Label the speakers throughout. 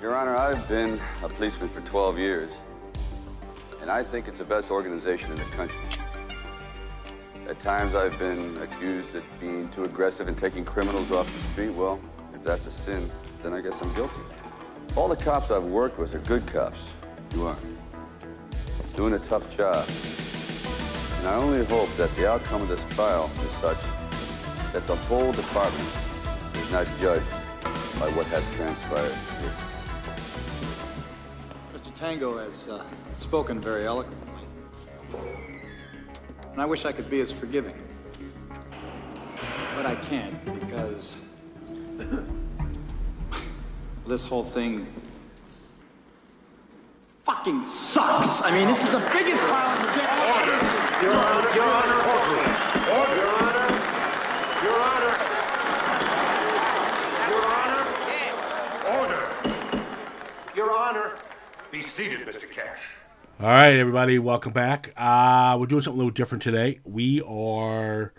Speaker 1: Your Honor, I've been a policeman for 12 years, and I think it's the best organization in the country. At times, I've been accused of being too aggressive and taking criminals off the street. Well, if that's a sin, then I guess I'm guilty. All the cops I've worked with are good cops. You are. Doing a tough job. And I only hope that the outcome of this trial is such that the whole department is not judged by what has transpired here.
Speaker 2: Mr. Tango has uh, spoken very eloquently. And I wish I could be as forgiving. But I can't because this whole thing fucking sucks. I mean, this is the biggest pile of shit. I've ever-
Speaker 3: Your Honor, Your Honor, Order. Your Honor, Your Honor. Your Honor. Order. Your Honor. Be seated, Mr. Cash.
Speaker 4: All right, everybody, welcome back. Uh, we're doing something a little different today. We are,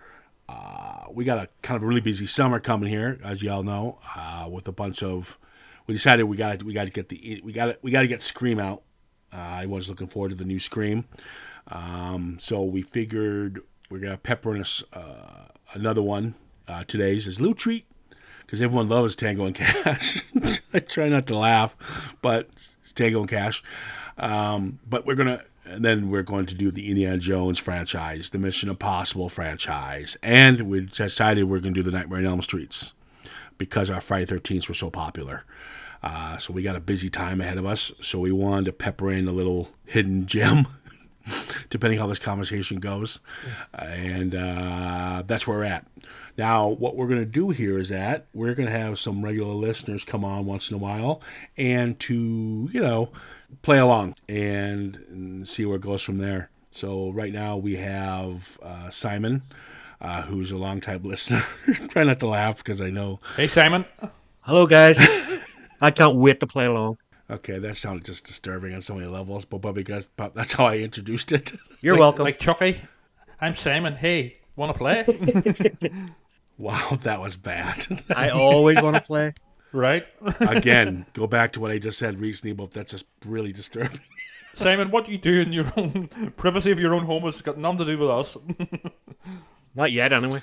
Speaker 4: uh, we got a kind of a really busy summer coming here, as y'all know, uh, with a bunch of. We decided we got to we got to get the we got to we got to get Scream out. Uh, I was looking forward to the new Scream, um, so we figured we're gonna pepper in us uh, another one. Uh, today's is a little treat because everyone loves Tango and Cash. I try not to laugh, but it's Tango and Cash. Um, but we're gonna, and then we're going to do the Indiana Jones franchise, the Mission Impossible franchise, and we decided we're gonna do the Nightmare on Elm Streets because our Friday Thirteens were so popular. Uh, so we got a busy time ahead of us. So we wanted to pepper in a little hidden gem, depending how this conversation goes, and uh, that's where we're at. Now, what we're going to do here is that we're going to have some regular listeners come on once in a while and to you know play along and, and see where it goes from there. So right now we have uh, Simon. Uh, who's a longtime listener? Try not to laugh because I know
Speaker 5: Hey, Simon.
Speaker 6: Hello, guys. I can't wait to play along.
Speaker 4: Okay, that sounded just disturbing on so many levels, but, but because but that's how I introduced it.
Speaker 6: You're
Speaker 5: Like-
Speaker 6: welcome.
Speaker 5: Like Chucky. I'm Simon. Hey, want to play?
Speaker 4: Wow, that was bad.
Speaker 6: I always want to play.
Speaker 5: right?
Speaker 4: Again, go back to what I just said recently, but that's just really disturbing.
Speaker 5: Simon, what you do in your own privacy of your own home has got nothing to do with us.
Speaker 6: Not yet, anyway.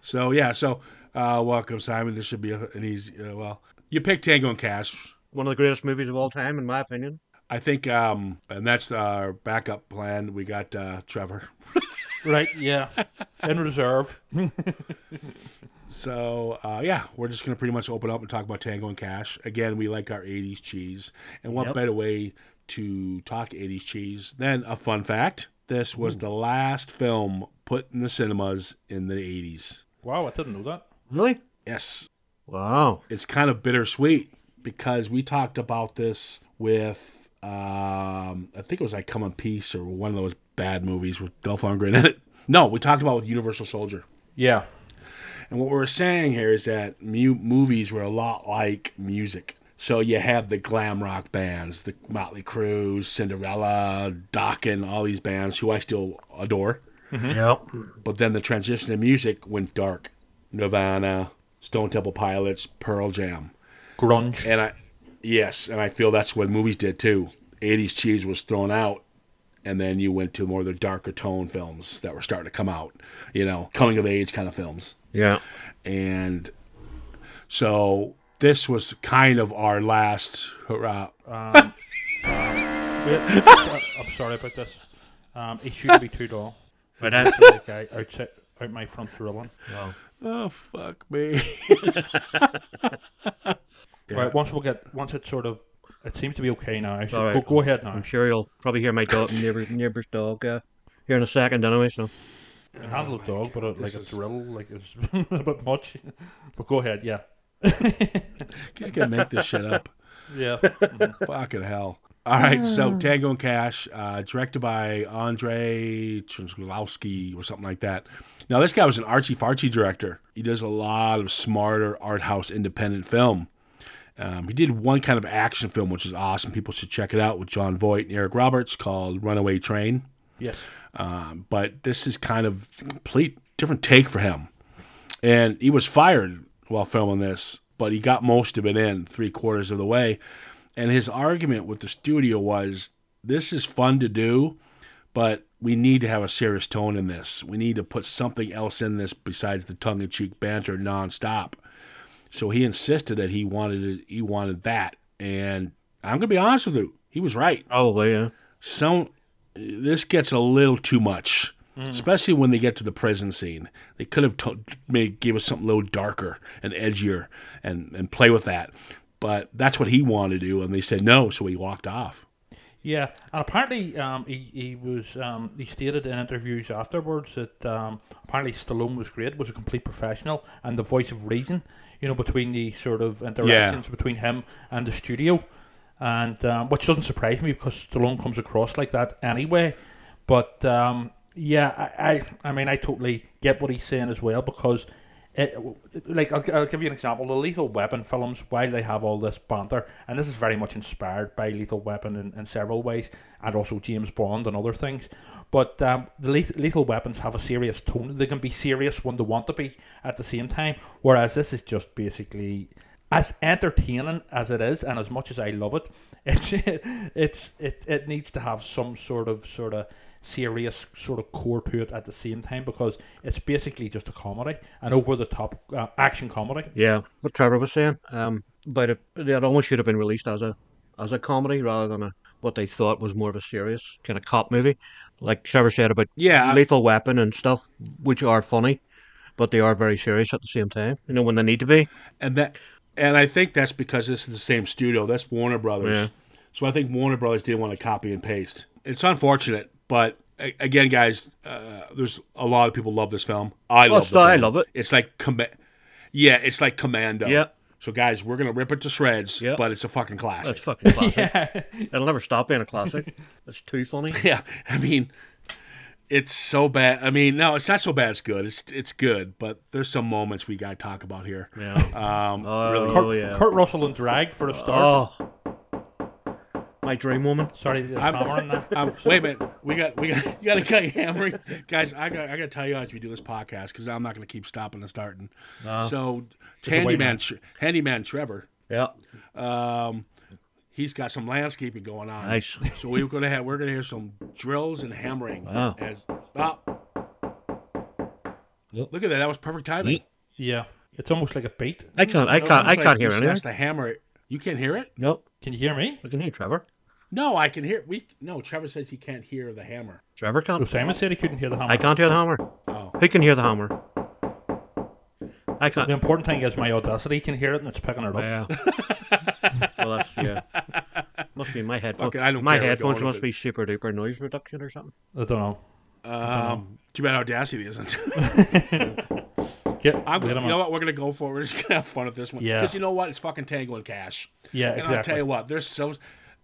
Speaker 4: So yeah, so uh, welcome, Simon. This should be a, an easy. Uh, well, you picked Tango and Cash,
Speaker 6: One of the greatest movies of all time, in my opinion.
Speaker 4: I think, um, and that's our backup plan. We got uh, Trevor.
Speaker 5: right, yeah. In reserve.
Speaker 4: So uh, yeah, we're just gonna pretty much open up and talk about Tango and Cash. Again, we like our '80s cheese, and what better way to talk '80s cheese than a fun fact? This was the last film put in the cinemas in the '80s.
Speaker 5: Wow, I didn't know that.
Speaker 6: Really?
Speaker 4: Yes,
Speaker 6: Wow.
Speaker 4: it's kind of bittersweet because we talked about this with um, I think it was like Come in Peace or one of those bad movies with Dolph Lundgren in it. No, we talked about with Universal Soldier.
Speaker 5: Yeah.
Speaker 4: And what we're saying here is that mu- movies were a lot like music. So you had the glam rock bands, the Motley Crue, Cinderella, Dokken, all these bands who I still adore.
Speaker 6: Yep.
Speaker 4: But then the transition to music went dark. Nirvana, Stone Temple Pilots, Pearl Jam.
Speaker 5: Grunge.
Speaker 4: And I, yes, and I feel that's what movies did too. 80s cheese was thrown out, and then you went to more of the darker tone films that were starting to come out, you know, coming of age kind of films
Speaker 6: Yeah.
Speaker 4: and so this was kind of our last hurrah.
Speaker 5: Wait, so- I'm sorry about this. Um, he shouldn't be too long.
Speaker 6: But uh, I,
Speaker 5: Like I outside, out my front drilling.
Speaker 4: Oh fuck me!
Speaker 5: Right, once we'll get, once it's sort of, it seems to be okay now. So
Speaker 6: All
Speaker 5: go,
Speaker 6: right.
Speaker 5: go ahead now.
Speaker 6: I'm sure you'll probably hear my dog, neighbor, neighbor's dog uh, here in a second, anyway. So
Speaker 5: An handle dog, but a, like a drill, like it's a bit much. But go ahead, yeah.
Speaker 4: He's gonna make this shit up.
Speaker 5: Yeah.
Speaker 4: Fucking hell! All right, so Tango and Cash, uh, directed by Andre Translowski or something like that. Now this guy was an artsy fartsy director. He does a lot of smarter art house independent film. Um, he did one kind of action film, which is awesome. People should check it out with John Voight and Eric Roberts called Runaway Train.
Speaker 5: yes.
Speaker 4: Um, but this is kind of complete different take for him. And he was fired while filming this but he got most of it in three quarters of the way. And his argument with the studio was this is fun to do, but we need to have a serious tone in this. We need to put something else in this besides the tongue in cheek banter nonstop. So he insisted that he wanted it, he wanted that. And I'm gonna be honest with you, he was right
Speaker 6: Probably, yeah.
Speaker 4: some this gets a little too much especially when they get to the prison scene they could have to made gave us something a little darker and edgier and and play with that but that's what he wanted to do and they said no so he walked off
Speaker 5: Yeah, and apparently um, he, he was um, he stated in interviews afterwards that um, apparently Stallone was great, was a complete professional, and the voice of reason, you know, between the sort of interactions between him and the studio, and um, which doesn't surprise me because Stallone comes across like that anyway. But um, yeah, I, I I mean I totally get what he's saying as well because. It, like I'll, I'll give you an example the lethal weapon films while they have all this banter and this is very much inspired by lethal weapon in, in several ways and also james bond and other things but um, the leth- lethal weapons have a serious tone they can be serious when they want to be at the same time whereas this is just basically as entertaining as it is and as much as i love it it's it's it, it needs to have some sort of sort of serious sort of core to it at the same time because it's basically just a comedy, an over the top uh, action comedy.
Speaker 6: Yeah, what Trevor was saying. Um, but it, it almost should have been released as a as a comedy rather than a what they thought was more of a serious kind of cop movie, like Trevor said about
Speaker 4: Yeah, I-
Speaker 6: Lethal Weapon and stuff, which are funny, but they are very serious at the same time. You know when they need to be.
Speaker 4: and that and i think that's because this is the same studio that's warner brothers
Speaker 6: Yeah.
Speaker 4: so i think warner brothers didn't want to copy and paste it's unfortunate but a- again guys uh, there's a lot of people love this film i love
Speaker 6: Oh, it's
Speaker 4: the
Speaker 6: not- I
Speaker 4: film.
Speaker 6: love it.
Speaker 4: it's like com- yeah it's like commando
Speaker 6: Yeah.
Speaker 4: so guys we're gonna rip it to shreds
Speaker 6: Yeah.
Speaker 4: but it's a fucking classic
Speaker 6: That's fucking classic. It'll never stop being a classic. It's too funny.
Speaker 4: yeah i mean it's so bad i mean no it's not so bad it's good it's it's good but there's some moments we gotta talk about here
Speaker 6: Yeah. Um, oh,
Speaker 5: Kurt,
Speaker 6: yeah.
Speaker 5: Kurt Russell and drag for a start.
Speaker 6: Oh, my dream woman.
Speaker 5: Sorry, the
Speaker 4: I'm-
Speaker 5: hammer and that.
Speaker 4: Um, wait a minute. We got we got you got to cut your hammering, guys. I got I got to tell you as we do this podcast because I'm not going to keep stopping and starting. so handyman Tre- handyman Trevor,
Speaker 6: Yeah.
Speaker 4: he's got some landscaping going on.
Speaker 6: Nice.
Speaker 4: So we're gonna have we're gonna hear some drills and hammering.
Speaker 6: Wow.
Speaker 4: As ah. Look at that! That was perfect timing.
Speaker 5: Yeah, it's almost like a beat.
Speaker 6: I can't. I can't. I
Speaker 4: Almost like
Speaker 6: can't hear
Speaker 4: Bruce has
Speaker 6: anything.
Speaker 4: to hammer it. You can't hear it?
Speaker 6: Nope.
Speaker 5: Can you hear me?
Speaker 6: I can hear Trevor.
Speaker 4: No, I can hear. We no. Trevor says he can't hear the hammer.
Speaker 6: Trevor
Speaker 5: No,
Speaker 6: can't.
Speaker 5: Oh, Simon said he couldn't hear the hammer.
Speaker 6: I can't hear the hammer.
Speaker 4: Oh.
Speaker 6: Who can hear the hammer? I can't.
Speaker 5: The important thing is my audacity can hear it and it's picking it up.
Speaker 6: Yeah. well, that's yeah. Must be my headphones.
Speaker 4: Fuck it, I don't
Speaker 6: my
Speaker 4: care, we're
Speaker 6: headphones
Speaker 4: going with
Speaker 6: must be super duper noise reduction or something.
Speaker 5: I don't know.
Speaker 4: Too bad Audacity isn't.
Speaker 5: Get,
Speaker 4: I'm
Speaker 5: wait
Speaker 4: gonna, you
Speaker 5: a minute.
Speaker 4: know what? We're gonna go for. it. We're just gonna have fun with this one.
Speaker 5: Yeah.
Speaker 4: Because you know what? It's fucking Tango and Cash.
Speaker 5: Yeah,
Speaker 4: And I'll
Speaker 5: exactly.
Speaker 4: tell you what. There's so.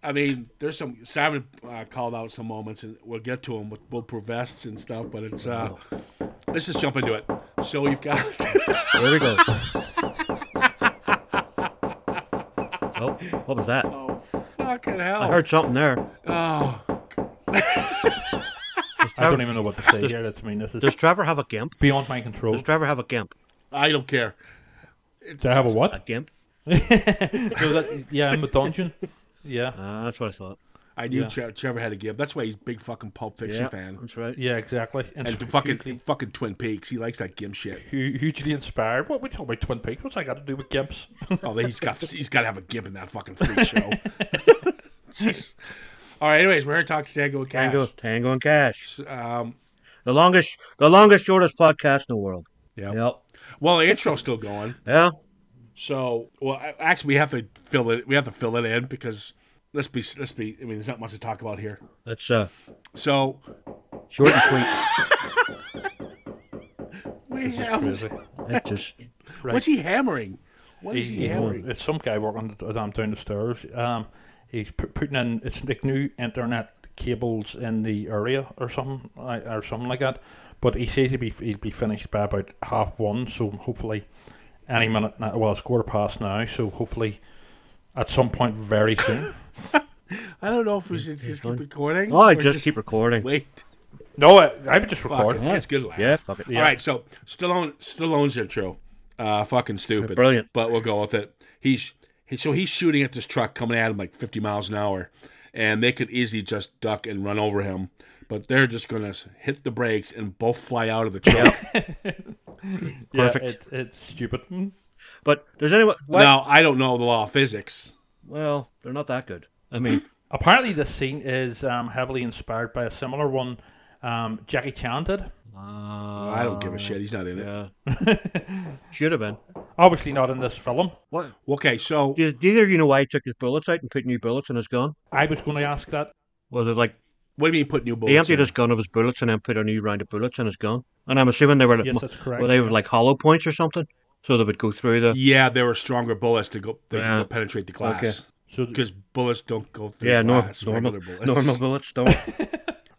Speaker 4: I mean, there's some Simon uh, called out some moments, and we'll get to them with bulletproof vests and stuff. But it's uh, let's just jump into it. So you've got
Speaker 6: There we go. oh, what was that?
Speaker 4: fucking
Speaker 6: I
Speaker 4: hell.
Speaker 6: heard something there.
Speaker 5: I don't even know what to say here. That's I mean, this
Speaker 6: Does
Speaker 5: is
Speaker 6: Trevor have a gimp?
Speaker 5: beyond my control.
Speaker 6: Does Trevor have a gimp?
Speaker 4: I don't care.
Speaker 5: Do I have a
Speaker 6: A
Speaker 5: what?
Speaker 6: gimp?
Speaker 5: No, that- yeah, I'm a dungeon. Yeah,
Speaker 6: Ah, that's what I thought.
Speaker 4: I knew
Speaker 5: Yeah.
Speaker 4: Tre- Trevor had a give. That's why he's a big fucking Pulp Fiction fan.
Speaker 6: that's right.
Speaker 5: yeah, exactly. And,
Speaker 4: And fucking fucking Twin Peaks. He likes that gimp shit.
Speaker 5: hu- hugely inspired. What we talking about Twin Peaks? What's I got to do with Gimps?
Speaker 4: Oh, he's got he's got to have a gimp in that fucking freak show. Jeez. All right. Anyways, we're here to talk to Tango and Cash.
Speaker 6: Tango, Tango and Cash.
Speaker 4: Um,
Speaker 6: The longest, the longest, shortest podcast in the world.
Speaker 4: yeah.
Speaker 6: Yep.
Speaker 4: Well, the intro's still going.
Speaker 6: Yeah.
Speaker 4: So, well, a- actually, we have to fill it. We have to fill it in because let's be let's be. I mean, there's not much to talk about here.
Speaker 6: That's uh,
Speaker 4: So
Speaker 6: short and sweet.
Speaker 4: we have,
Speaker 6: That's just
Speaker 4: what's he hammering? What is he
Speaker 5: He's-
Speaker 4: hammering?
Speaker 5: It's some guy walking the- um, down the stairs. Um, he's pu- putting in it's like new internet cables in the area or something like- or something like that. But he says he'd be he'd be finished by about half one. So hopefully, any minute. Now, well, it's quarter past now. So hopefully, at some point very soon.
Speaker 4: I don't know if we should just keep recording.
Speaker 6: Oh, I
Speaker 4: or
Speaker 6: just, keep recording.
Speaker 4: wait.
Speaker 5: no, I, I would just record.
Speaker 4: That's good. Laugh.
Speaker 6: Yeah, fuck it.
Speaker 4: All right. So Stallone Stallone's intro. Uh, fucking stupid.
Speaker 6: Brilliant.
Speaker 4: But we'll go with it. He's he, so he's shooting at this truck coming at him like 50 miles an hour, and they could easily just duck and run over him, but they're just gonna s- hit the brakes and both fly out of the truck.
Speaker 6: Perfect.
Speaker 5: Yeah, it, it's stupid. Mm.
Speaker 6: But there's anyone. What?
Speaker 4: Now I don't know the law of physics.
Speaker 6: Well, they're not that good. I mean,
Speaker 5: Apparently, this scene is um, heavily inspired by a similar one um, Jackie Chan did.
Speaker 4: I don't give a shit. He's not in it.
Speaker 6: Uh, yeah. Should have been.
Speaker 5: Obviously, not in this film.
Speaker 6: What?
Speaker 4: Okay, so
Speaker 6: Do, do either of you know why he took his bullets out and put new bullets in his gun?
Speaker 5: I was going to ask that.
Speaker 6: Was it like
Speaker 4: what do you mean put new bullets?
Speaker 6: he emptied
Speaker 4: in?
Speaker 6: his gun of his bullets and then put a new round of bullets in his gun? And I'm assuming they were like,
Speaker 5: Yes,
Speaker 6: mo-
Speaker 5: that's correct,
Speaker 6: Well, they were
Speaker 5: yeah.
Speaker 6: like hollow points or something, so they would go through the.
Speaker 4: Yeah, there were stronger bullets to go that
Speaker 6: Yeah.
Speaker 4: could penetrate the glass.
Speaker 5: So th-
Speaker 4: Because bullets don't go through
Speaker 6: Yeah, nor-
Speaker 4: glass.
Speaker 6: normal,
Speaker 4: regular bullets.
Speaker 6: normal bullets don't.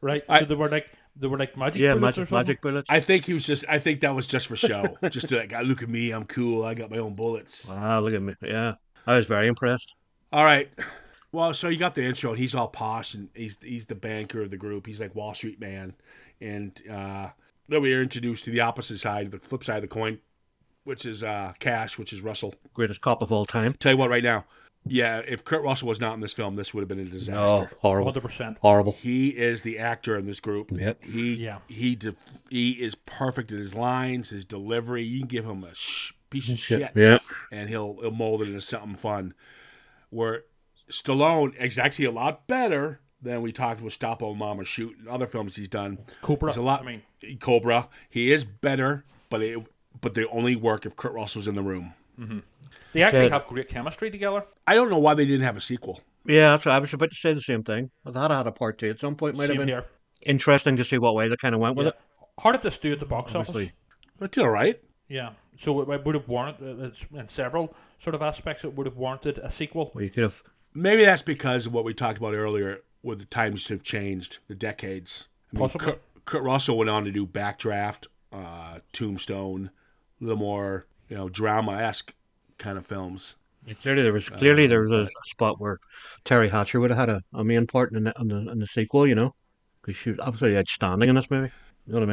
Speaker 5: right, so they were like they were like magic
Speaker 6: yeah,
Speaker 5: bullets or
Speaker 6: magic,
Speaker 5: something.
Speaker 6: magic bullets.
Speaker 4: I think he was just. I think that was just for show. just to like, "Ah, look at me, I'm cool. I got my own bullets.
Speaker 6: Ah, look at me. Yeah, I was very impressed.
Speaker 4: All right. Well, so you got the intro, and he's all posh, and he's he's the banker of the group. He's like Wall Street man, and uh, then we are introduced to the opposite side, the flip side of the coin, which is uh, Cash, which is Russell.
Speaker 6: Greatest cop of all time.
Speaker 4: Tell you what, right now, yeah, if Kurt Russell was not in this film, this would have been a disaster.
Speaker 6: Oh, horrible,
Speaker 5: Hundred percent.
Speaker 6: horrible.
Speaker 4: He is the actor in this group.
Speaker 6: Yep.
Speaker 4: He
Speaker 5: Yeah.
Speaker 4: he def he is perfect in his lines, his delivery. You can give him a sh- piece of shit,
Speaker 6: Yeah,
Speaker 4: and he'll, he'll mold it into something fun. Where Stallone is actually a lot better than we talked with Stop Old Mama Shoot and other films he's done.
Speaker 5: Cobra.
Speaker 4: There's a lot.
Speaker 5: I mean,
Speaker 4: Cobra. He is better, but it but they only work if Kurt Russell's in the room.
Speaker 5: they actually
Speaker 6: Ted.
Speaker 5: have great chemistry together.
Speaker 4: I don't know why they didn't have a sequel.
Speaker 6: yeah. That's right. I was about to say the same thing. I thought I had a part two at some point. Might have
Speaker 5: Same
Speaker 6: been
Speaker 5: here.
Speaker 6: interesting to see what way they kind of went with
Speaker 5: Yeah.
Speaker 6: it.
Speaker 5: Hard to do at the box office.
Speaker 6: Obviously.
Speaker 4: That's all right.
Speaker 5: Yeah, so it, it would have warranted uh, it's, in several sort of aspects. It would have warranted a sequel.
Speaker 6: Well, you could have.
Speaker 4: Maybe that's because of what we talked about earlier, where the times have changed, the decades. I mean,
Speaker 5: Possibly.
Speaker 4: Kurt, Kurt Russell went on to do Backdraft, uh, Tombstone, a little more you know drama esque kind of films.
Speaker 6: Clearly, there was
Speaker 5: Uh,
Speaker 6: clearly there was a spot where Terry Hatcher would have had a, a main part in the, in the in the sequel. You know, because she was absolutely outstanding in this movie. You know what I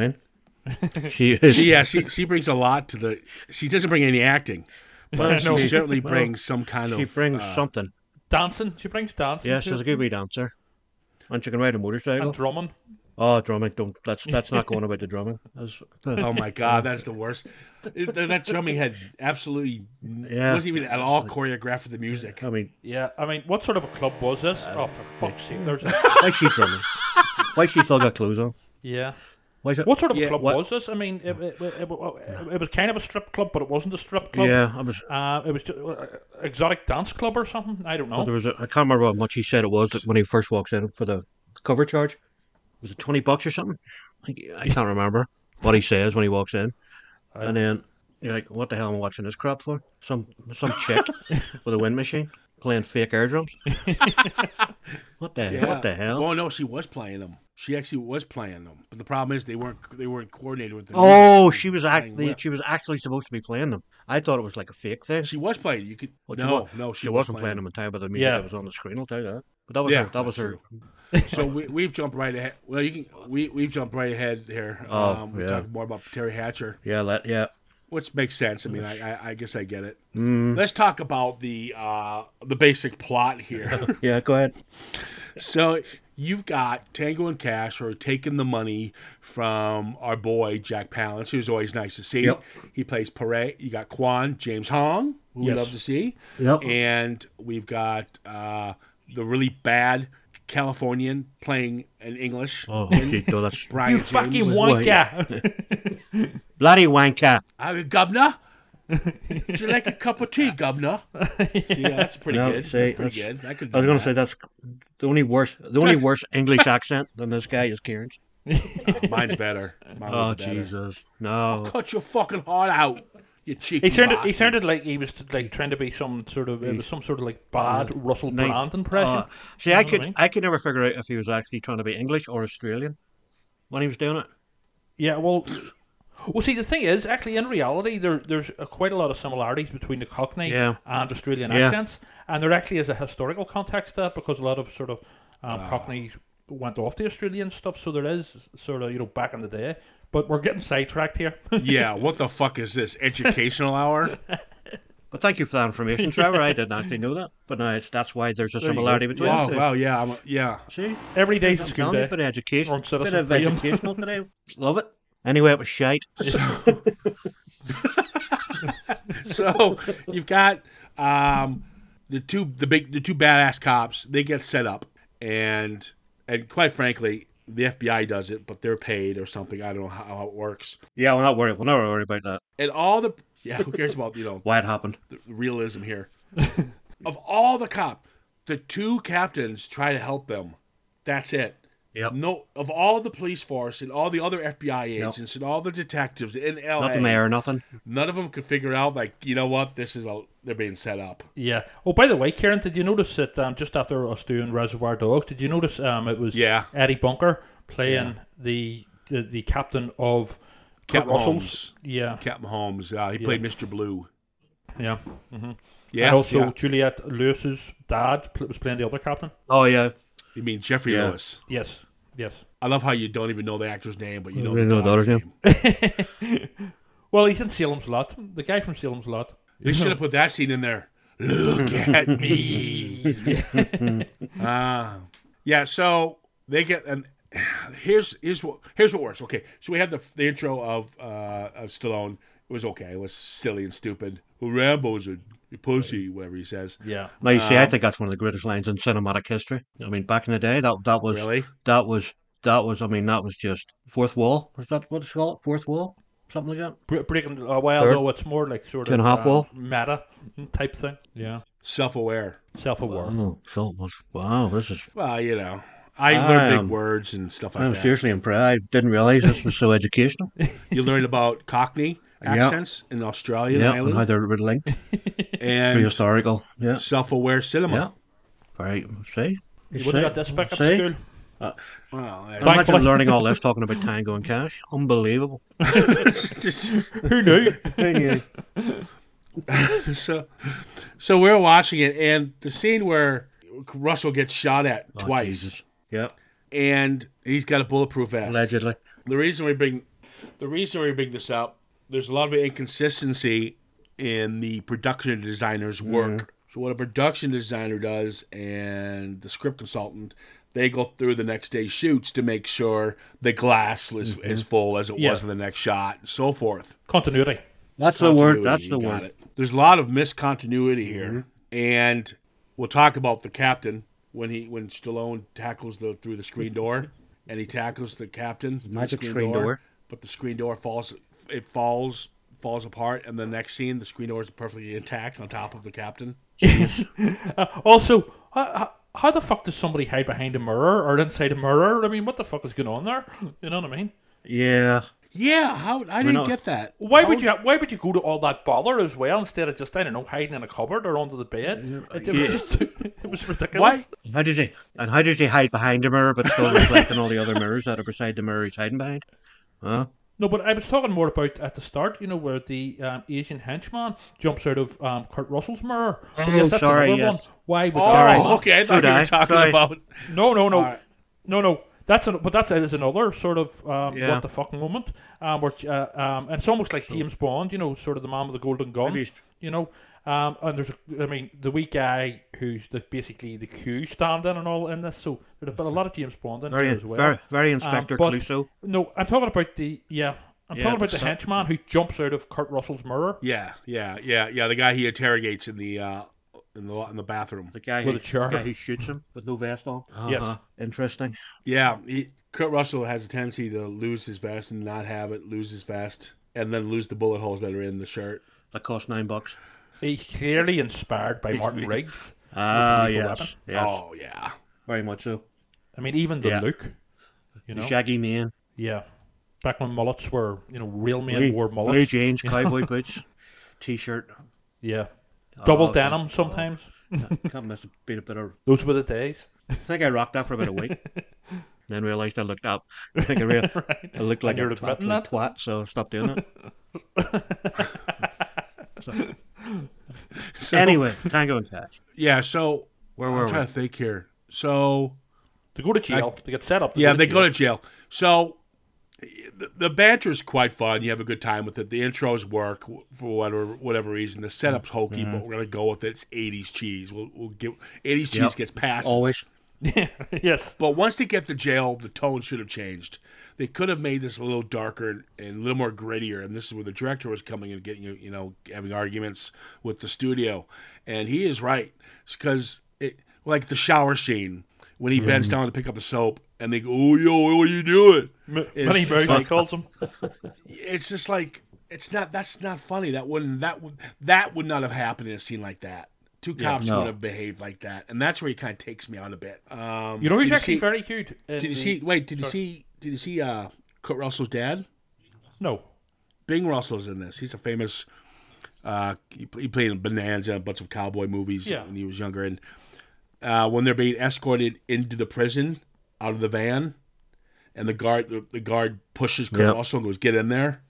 Speaker 6: mean? she is.
Speaker 4: Yeah, she she brings a lot to the. She doesn't bring any acting, but
Speaker 6: no.
Speaker 4: she certainly
Speaker 6: Well,
Speaker 4: brings some kind
Speaker 6: She
Speaker 4: of. uh,
Speaker 6: brings something.
Speaker 5: Dancing, she brings dancing.
Speaker 6: Yeah,
Speaker 5: to
Speaker 6: she's a
Speaker 5: it.
Speaker 6: good wee dancer. And she can ride a motorcycle.
Speaker 5: and drumming.
Speaker 6: oh, drumming! Don't that's that's not going about the drumming. That's-
Speaker 4: oh my god, that's the worst. It- that drumming had absolutely
Speaker 6: Yeah.
Speaker 4: wasn't even at all choreographed for the music.
Speaker 6: I mean,
Speaker 5: Yeah, I mean, what sort of a club was this?
Speaker 6: Uh,
Speaker 5: oh, for fuck's sake! There's a,
Speaker 6: why she drumming? why she still got clothes on?
Speaker 5: yeah.
Speaker 6: Why she,
Speaker 5: What sort of a club
Speaker 6: what-
Speaker 5: was this? I mean, it, it, it, it, it- it was kind of a strip club, but it wasn't a strip club.
Speaker 6: Yeah, I was.
Speaker 5: Uh, it was just, uh, exotic dance club or something. I don't
Speaker 6: There
Speaker 5: know.
Speaker 6: was. A, I can't remember how much he said it was when he first walks in for the cover charge. Was it twenty bucks or something? I, I can't remember what he says when he walks in. and then you're like, "What the hell am I watching this crap for?" Some some chick with a wind machine playing fake air drums. what the what the hell?
Speaker 4: Oh no, she was playing them. She actually was playing them. But the problem is they weren't they weren't coordinated with the
Speaker 6: Oh,
Speaker 4: music
Speaker 6: she was
Speaker 4: playing
Speaker 6: actually
Speaker 4: with.
Speaker 6: she was actually supposed to be playing them. I thought it was like a fake thing.
Speaker 4: she was playing. You could
Speaker 6: Well,
Speaker 4: no,
Speaker 6: wa-
Speaker 4: no,
Speaker 6: she,
Speaker 4: she, was
Speaker 6: wasn't playing them in time, but the music
Speaker 5: Yeah.
Speaker 6: that was on the screen. I'll tell you that. But that was
Speaker 4: Yeah,
Speaker 6: her, that was
Speaker 4: that's
Speaker 6: her.
Speaker 4: so we, we've jumped right ahead. Well, you can we we've jumped right ahead here.
Speaker 6: Oh,
Speaker 4: um, we
Speaker 6: yeah.
Speaker 4: talk more about Terry Hatcher,
Speaker 6: Yeah, that yeah.
Speaker 4: which makes sense. I mean, I I, I guess I get it.
Speaker 6: Mm-hmm.
Speaker 4: Let's talk about the uh, the basic plot here.
Speaker 6: Yeah, go ahead.
Speaker 4: So you've got Tango and Cash are taking the money from our boy Jack Palance, who's always nice to see.
Speaker 6: Yep.
Speaker 4: He plays Pare. You got Quan, James Hong, who we
Speaker 5: Yes.
Speaker 4: love to see.
Speaker 6: Yep.
Speaker 4: And we've got uh, the really bad Californian playing in English.
Speaker 6: Oh, gee, no, that's
Speaker 4: Brian
Speaker 5: You
Speaker 4: James.
Speaker 5: fucking
Speaker 6: Wait.
Speaker 5: wanker!
Speaker 6: bloody wanker.
Speaker 4: Are you governor? Would you like a cup of tea, governor? See, yeah, that's pretty
Speaker 6: No,
Speaker 4: good.
Speaker 6: see,
Speaker 4: that's pretty
Speaker 6: that's-
Speaker 4: good. I could.
Speaker 6: I was
Speaker 4: do
Speaker 6: going
Speaker 4: that.
Speaker 6: to say that's the only worse the only worse English accent than this guy is Kieran's.
Speaker 4: mine's better. Mine
Speaker 6: Oh
Speaker 4: was better.
Speaker 6: Jesus, no.
Speaker 4: Cut your fucking heart out. You cheeky.
Speaker 5: he sounded he
Speaker 4: bastard.
Speaker 5: sounded like he was like trying to be some sort of it was some sort of like bad Russell
Speaker 6: Nice.
Speaker 5: Brand impression.
Speaker 6: Uh, see,
Speaker 5: You
Speaker 6: I
Speaker 5: know what
Speaker 6: could
Speaker 5: mean?
Speaker 6: I could never figure out if he was actually trying to be English or Australian when he was doing it.
Speaker 5: Yeah, well, well. See, the thing is, actually, in reality, there there's uh quite a lot of similarities between the Cockney
Speaker 6: Yeah.
Speaker 5: and Australian
Speaker 6: Yeah.
Speaker 4: Ah.
Speaker 5: accents, and there actually is a historical context to that because a lot of sort of um, Cockney went off the Australian stuff, so there is sort of you know back in the day. But we're getting sidetracked here.
Speaker 4: Yeah, what the fuck is this? Educational hour?
Speaker 6: But thank you for that information, Trevor. I didn't actually know that, but now it's, that's why there's a similarity between
Speaker 4: Wow,
Speaker 6: the two.
Speaker 4: wow, Oh, yeah, I'm, yeah.
Speaker 6: See,
Speaker 5: Every day's a
Speaker 6: I'm
Speaker 5: school
Speaker 6: telling you,
Speaker 5: day.
Speaker 6: bit of education,
Speaker 5: Or
Speaker 6: bit
Speaker 5: citizen
Speaker 6: of
Speaker 5: freedom.
Speaker 6: educational today. Love it. Anyway, it was shite.
Speaker 4: so you've got um, the two the big the two badass cops. They get set up, and and quite frankly, the FBI does it, but they're paid or something. I don't know how, how it works.
Speaker 6: Yeah, we'll not worry. We'll never worry about that.
Speaker 4: And all the yeah, who cares about you know
Speaker 6: Why it happened?
Speaker 4: realism here? of all the cop, the two captains try to help them. That's it.
Speaker 6: Yep.
Speaker 4: No, of all the police force and all the other FBI agents and all the detectives in LA,
Speaker 6: Not the mayor, nothing.
Speaker 4: none of them could figure out like you know what this is a they're being set up.
Speaker 5: Yeah. Oh, by the way, Karen, did you notice that um, just after us doing Reservoir Dogs, did you notice um, it was
Speaker 4: Yeah.
Speaker 5: Eddie Bunker playing the, the the captain of Kurt
Speaker 4: Cap Holmes.
Speaker 5: Russell's? Yeah,
Speaker 4: Captain Holmes. Uh, he played Mr. Blue.
Speaker 5: yeah.
Speaker 4: Yeah.
Speaker 5: and also
Speaker 4: yeah.
Speaker 5: Juliet Lewis's dad pl- was playing the other captain.
Speaker 6: Oh yeah,
Speaker 4: you mean Jeffrey
Speaker 6: Yeah.
Speaker 4: Lewis?
Speaker 5: Yes, yes.
Speaker 4: I love how you don't even know the actor's name, but you know
Speaker 6: really
Speaker 4: the
Speaker 6: know the
Speaker 4: daughter's
Speaker 6: daughter's
Speaker 4: name.
Speaker 5: Well, he's in Salem's Lot. The guy from Salem's Lot.
Speaker 4: They should have put that scene in there. Look at me. Ah. yeah. So they get and here's here's what here's what works. Okay, so we have the, the intro of uh, of Stallone. It was okay. It was silly and stupid. Well, Rambo's a pussy, whatever he says.
Speaker 5: Yeah,
Speaker 6: now you see, I think that's one of the greatest lines in cinematic history. I mean, back in the day, that that was
Speaker 4: Really?
Speaker 6: that was that was. I mean, that was just fourth wall. Is that what it's called? Fourth wall, something like that.
Speaker 5: Bre- breaking. the- Uh, well,
Speaker 6: Third.
Speaker 5: no, it's more like sort
Speaker 6: Two
Speaker 5: of
Speaker 6: and a half
Speaker 5: um,
Speaker 6: wall.
Speaker 5: meta type thing. Yeah,
Speaker 4: Self aware.
Speaker 5: self-aware.
Speaker 6: Oh, so it was. Wow, this is.
Speaker 4: Well, you know, I
Speaker 6: I
Speaker 4: learned big
Speaker 6: am-
Speaker 4: words and stuff like
Speaker 6: I'm
Speaker 4: that.
Speaker 6: seriously impressed. I didn't realize this was so educational.
Speaker 4: You learn about Cockney accents in Australian
Speaker 6: yeah, and how
Speaker 4: island
Speaker 6: they're linked.
Speaker 4: and
Speaker 6: Prehistorical. Yeah.
Speaker 4: self-aware
Speaker 6: Yeah.
Speaker 4: cinema.
Speaker 6: Right. See?
Speaker 5: You would have got this back at school.
Speaker 4: Wow, I-
Speaker 6: Imagine
Speaker 5: Thankfully.
Speaker 6: learning all this talking about tango and cash. Unbelievable.
Speaker 5: Who knew?
Speaker 6: Oh,
Speaker 4: so, so we're watching it, and the scene where Russell gets shot at twice,
Speaker 6: Oh, Jesus. Yep.
Speaker 4: and he's got a bulletproof vest.
Speaker 6: Allegedly.
Speaker 4: The reason we bring, the reason we bring this up, there's a lot of inconsistency in the production designer's work. So what a production designer does and the script consultant, they go through the next day's shoots to make sure the glass is as full as it
Speaker 5: Yeah.
Speaker 4: was in the next shot, and so forth.
Speaker 5: Continuity.
Speaker 6: That's the
Speaker 4: Continuity,
Speaker 6: word. That's
Speaker 4: you
Speaker 6: the
Speaker 4: got
Speaker 6: word. Mm-hmm.
Speaker 4: it. There's a lot of miscontinuity here, and we'll talk about the captain when he when Stallone tackles the through the screen door, and he tackles the captain through the
Speaker 6: Magic screen door.
Speaker 4: but the screen door falls. It falls falls apart, and the next scene, the screen door is perfectly intact on top of the captain.
Speaker 5: Uh, Also, how, how- how the fuck does somebody hide behind a mirror or inside a mirror? I mean, what the fuck is going on there? You know what I mean?
Speaker 6: Yeah.
Speaker 4: Yeah, how I didn't
Speaker 6: not-
Speaker 4: get that.
Speaker 5: Why would you? Why would you go to all that bother as well instead of just I don't know hiding in a cupboard or under the bed? It, it was just too- it was ridiculous.
Speaker 6: How did he? And how did he hide behind a mirror but still reflecting all the other mirrors that are beside the mirror he's hiding behind? Huh?
Speaker 5: No, but I was talking more about at the start. You know where the um, Asian henchman jumps out of um, Kurt Russell's mirror. But
Speaker 6: Oh,
Speaker 5: yes, that's
Speaker 6: sorry,
Speaker 5: another
Speaker 6: yes.
Speaker 5: one. Why would?
Speaker 4: Oh,
Speaker 5: that-
Speaker 4: okay. I thought
Speaker 6: Should
Speaker 4: you
Speaker 6: I?
Speaker 4: were talking
Speaker 6: Sorry.
Speaker 4: about.
Speaker 5: No, no, no,
Speaker 4: right.
Speaker 5: no, no. That's an, but that's is another sort of um,
Speaker 6: Yeah.
Speaker 5: what the fuck moment. Um, where, uh, um, and it's almost like James Bond, you know, sort of the man with the golden gun,
Speaker 6: Maybe-
Speaker 5: you know. Um, and there's, a, I mean, the wee guy who's the basically the Q standing and all in this. So there's been a lot of James Bond in
Speaker 6: Very,
Speaker 5: here as well.
Speaker 6: very, very
Speaker 5: Um,
Speaker 6: Inspector
Speaker 5: but-
Speaker 6: Clouseau.
Speaker 5: No, I'm talking about the yeah. I'm
Speaker 6: Yeah,
Speaker 5: talking
Speaker 6: but
Speaker 5: about the
Speaker 6: so-
Speaker 5: henchman who jumps out of Kurt Russell's mirror
Speaker 4: Yeah, yeah, yeah, yeah. The guy he interrogates in the uh, in the in the bathroom.
Speaker 6: The guy
Speaker 5: with
Speaker 6: who,
Speaker 5: a chair.
Speaker 6: the guy who shoots him with no vest on. uh
Speaker 5: Yes.
Speaker 6: Interesting.
Speaker 4: Yeah, he, Kurt Russell has a tendency to lose his vest and not have it, lose his vest, and then lose the bullet holes that are in the shirt.
Speaker 6: That cost nine bucks.
Speaker 5: He's clearly inspired by Martin Riggs.
Speaker 6: Ah,
Speaker 5: Lethal
Speaker 6: yes.
Speaker 5: Weapon.
Speaker 6: yes.
Speaker 4: Oh yeah,
Speaker 6: Very much so.
Speaker 5: I mean, even the
Speaker 6: Yeah.
Speaker 5: look. You know,
Speaker 6: Shaggy man.
Speaker 5: Yeah. Back when mullets were, you know, real men
Speaker 6: Blue-
Speaker 5: wore mullets.
Speaker 6: Blue jeans, cowboy boots, t-shirt.
Speaker 5: Yeah.
Speaker 4: Oh,
Speaker 5: Double
Speaker 6: okay.
Speaker 5: denim sometimes.
Speaker 6: Can't miss a bit, a bit of.
Speaker 5: Those were the days.
Speaker 6: I think I rocked that for about a week. then realized I looked up. I think I realized I looked like a
Speaker 5: you're
Speaker 6: twat,
Speaker 5: admitting
Speaker 6: absolute
Speaker 5: that?
Speaker 6: twat, so I stopped doing it. So- anyway, Tango and Cash.
Speaker 4: yeah. So
Speaker 6: Where
Speaker 4: I'm
Speaker 6: were we?
Speaker 4: trying to think here. So
Speaker 5: The They go to jail. they get set up.
Speaker 4: yeah, they go
Speaker 5: jail.
Speaker 4: to jail. So the, the banter is quite fun. You have a good time with it. The intros work w- for whatever whatever reason. The setup's hokey,
Speaker 6: Mm-hmm.
Speaker 4: but we're gonna go with it. It's '80s cheese. We'll, we'll give '80s cheese
Speaker 6: Yep.
Speaker 4: gets passed
Speaker 6: Always.
Speaker 5: yes.
Speaker 4: But once they get to jail, the tone should have changed. They could have made this a little darker and, and a little more grittier. And this is where the director was coming and getting you know having arguments with the studio, and he is right because it like the shower scene when he
Speaker 5: Mm-hmm.
Speaker 4: bends down to pick up the soap and they go, "Oh yo, what are you doing?" It's-
Speaker 5: Money
Speaker 4: it's
Speaker 5: Berry, he
Speaker 4: like-
Speaker 5: calls him.
Speaker 4: it's just like it's not that's not funny. That wouldn't that would that would not have happened in a scene like that. Two cops
Speaker 7: no.
Speaker 4: would have behaved like that, and that's where he kind of takes me out a bit. Um,
Speaker 5: You know,
Speaker 4: did
Speaker 5: he's
Speaker 4: you
Speaker 5: actually
Speaker 4: see-
Speaker 5: very cute. in
Speaker 4: Did you
Speaker 5: the-
Speaker 4: see? Wait, did you see? Did you see? Uh, Kurt Russell's dad,
Speaker 5: No.
Speaker 4: Bing Russell's in this. He's a famous. Uh, he, he played in Bonanza, a bunch of cowboy movies
Speaker 5: Yeah.
Speaker 4: when he was younger, and uh, when they're being escorted into the prison out of the van, and the guard the, the guard pushes Kurt
Speaker 6: Yep.
Speaker 4: Russell and goes, "Get in there."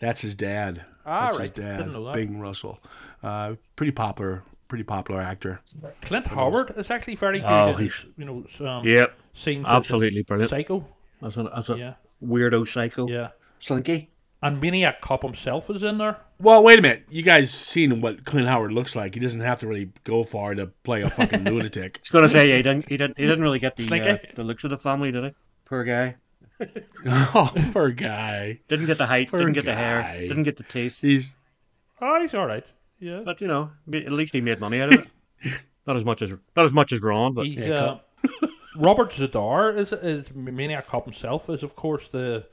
Speaker 4: That's his dad.
Speaker 5: Ah,
Speaker 4: That's
Speaker 5: right.
Speaker 4: his dad,
Speaker 5: Didn't know that.
Speaker 4: Bing Russell. Uh, pretty popular, pretty popular actor.
Speaker 5: Clint
Speaker 4: Oh.
Speaker 5: Howard is actually very good.
Speaker 6: Oh,
Speaker 5: in
Speaker 6: he's-
Speaker 5: his, you know, s- um,
Speaker 6: Yep.
Speaker 5: scenes as a
Speaker 6: Absolutely brilliant.
Speaker 5: Psycho.
Speaker 6: That's a, that's a
Speaker 5: Yeah.
Speaker 6: weirdo psycho.
Speaker 5: Yeah.
Speaker 6: Slinky.
Speaker 5: And Maniac Cop himself is in there.
Speaker 4: Well, wait a minute. You guys seen what Clint Howard looks like? He doesn't have to really go far to play a fucking lunatic.
Speaker 6: It's gonna say yeah, he didn't. He didn't. He didn't really get the uh,
Speaker 5: Slinky.
Speaker 6: the looks of the family, did he? Poor guy.
Speaker 4: Oh, poor guy.
Speaker 6: Didn't get the height.
Speaker 4: Poor
Speaker 6: didn't get the hair.
Speaker 4: guy.
Speaker 6: Didn't get the taste.
Speaker 4: He's
Speaker 5: Oh, he's all right. Yeah.
Speaker 6: But you know, ma- at least he made money out of it. not as much as not as much as Ron, but
Speaker 5: He's uh, Robert Zadar is is Maniac Cop himself is of course the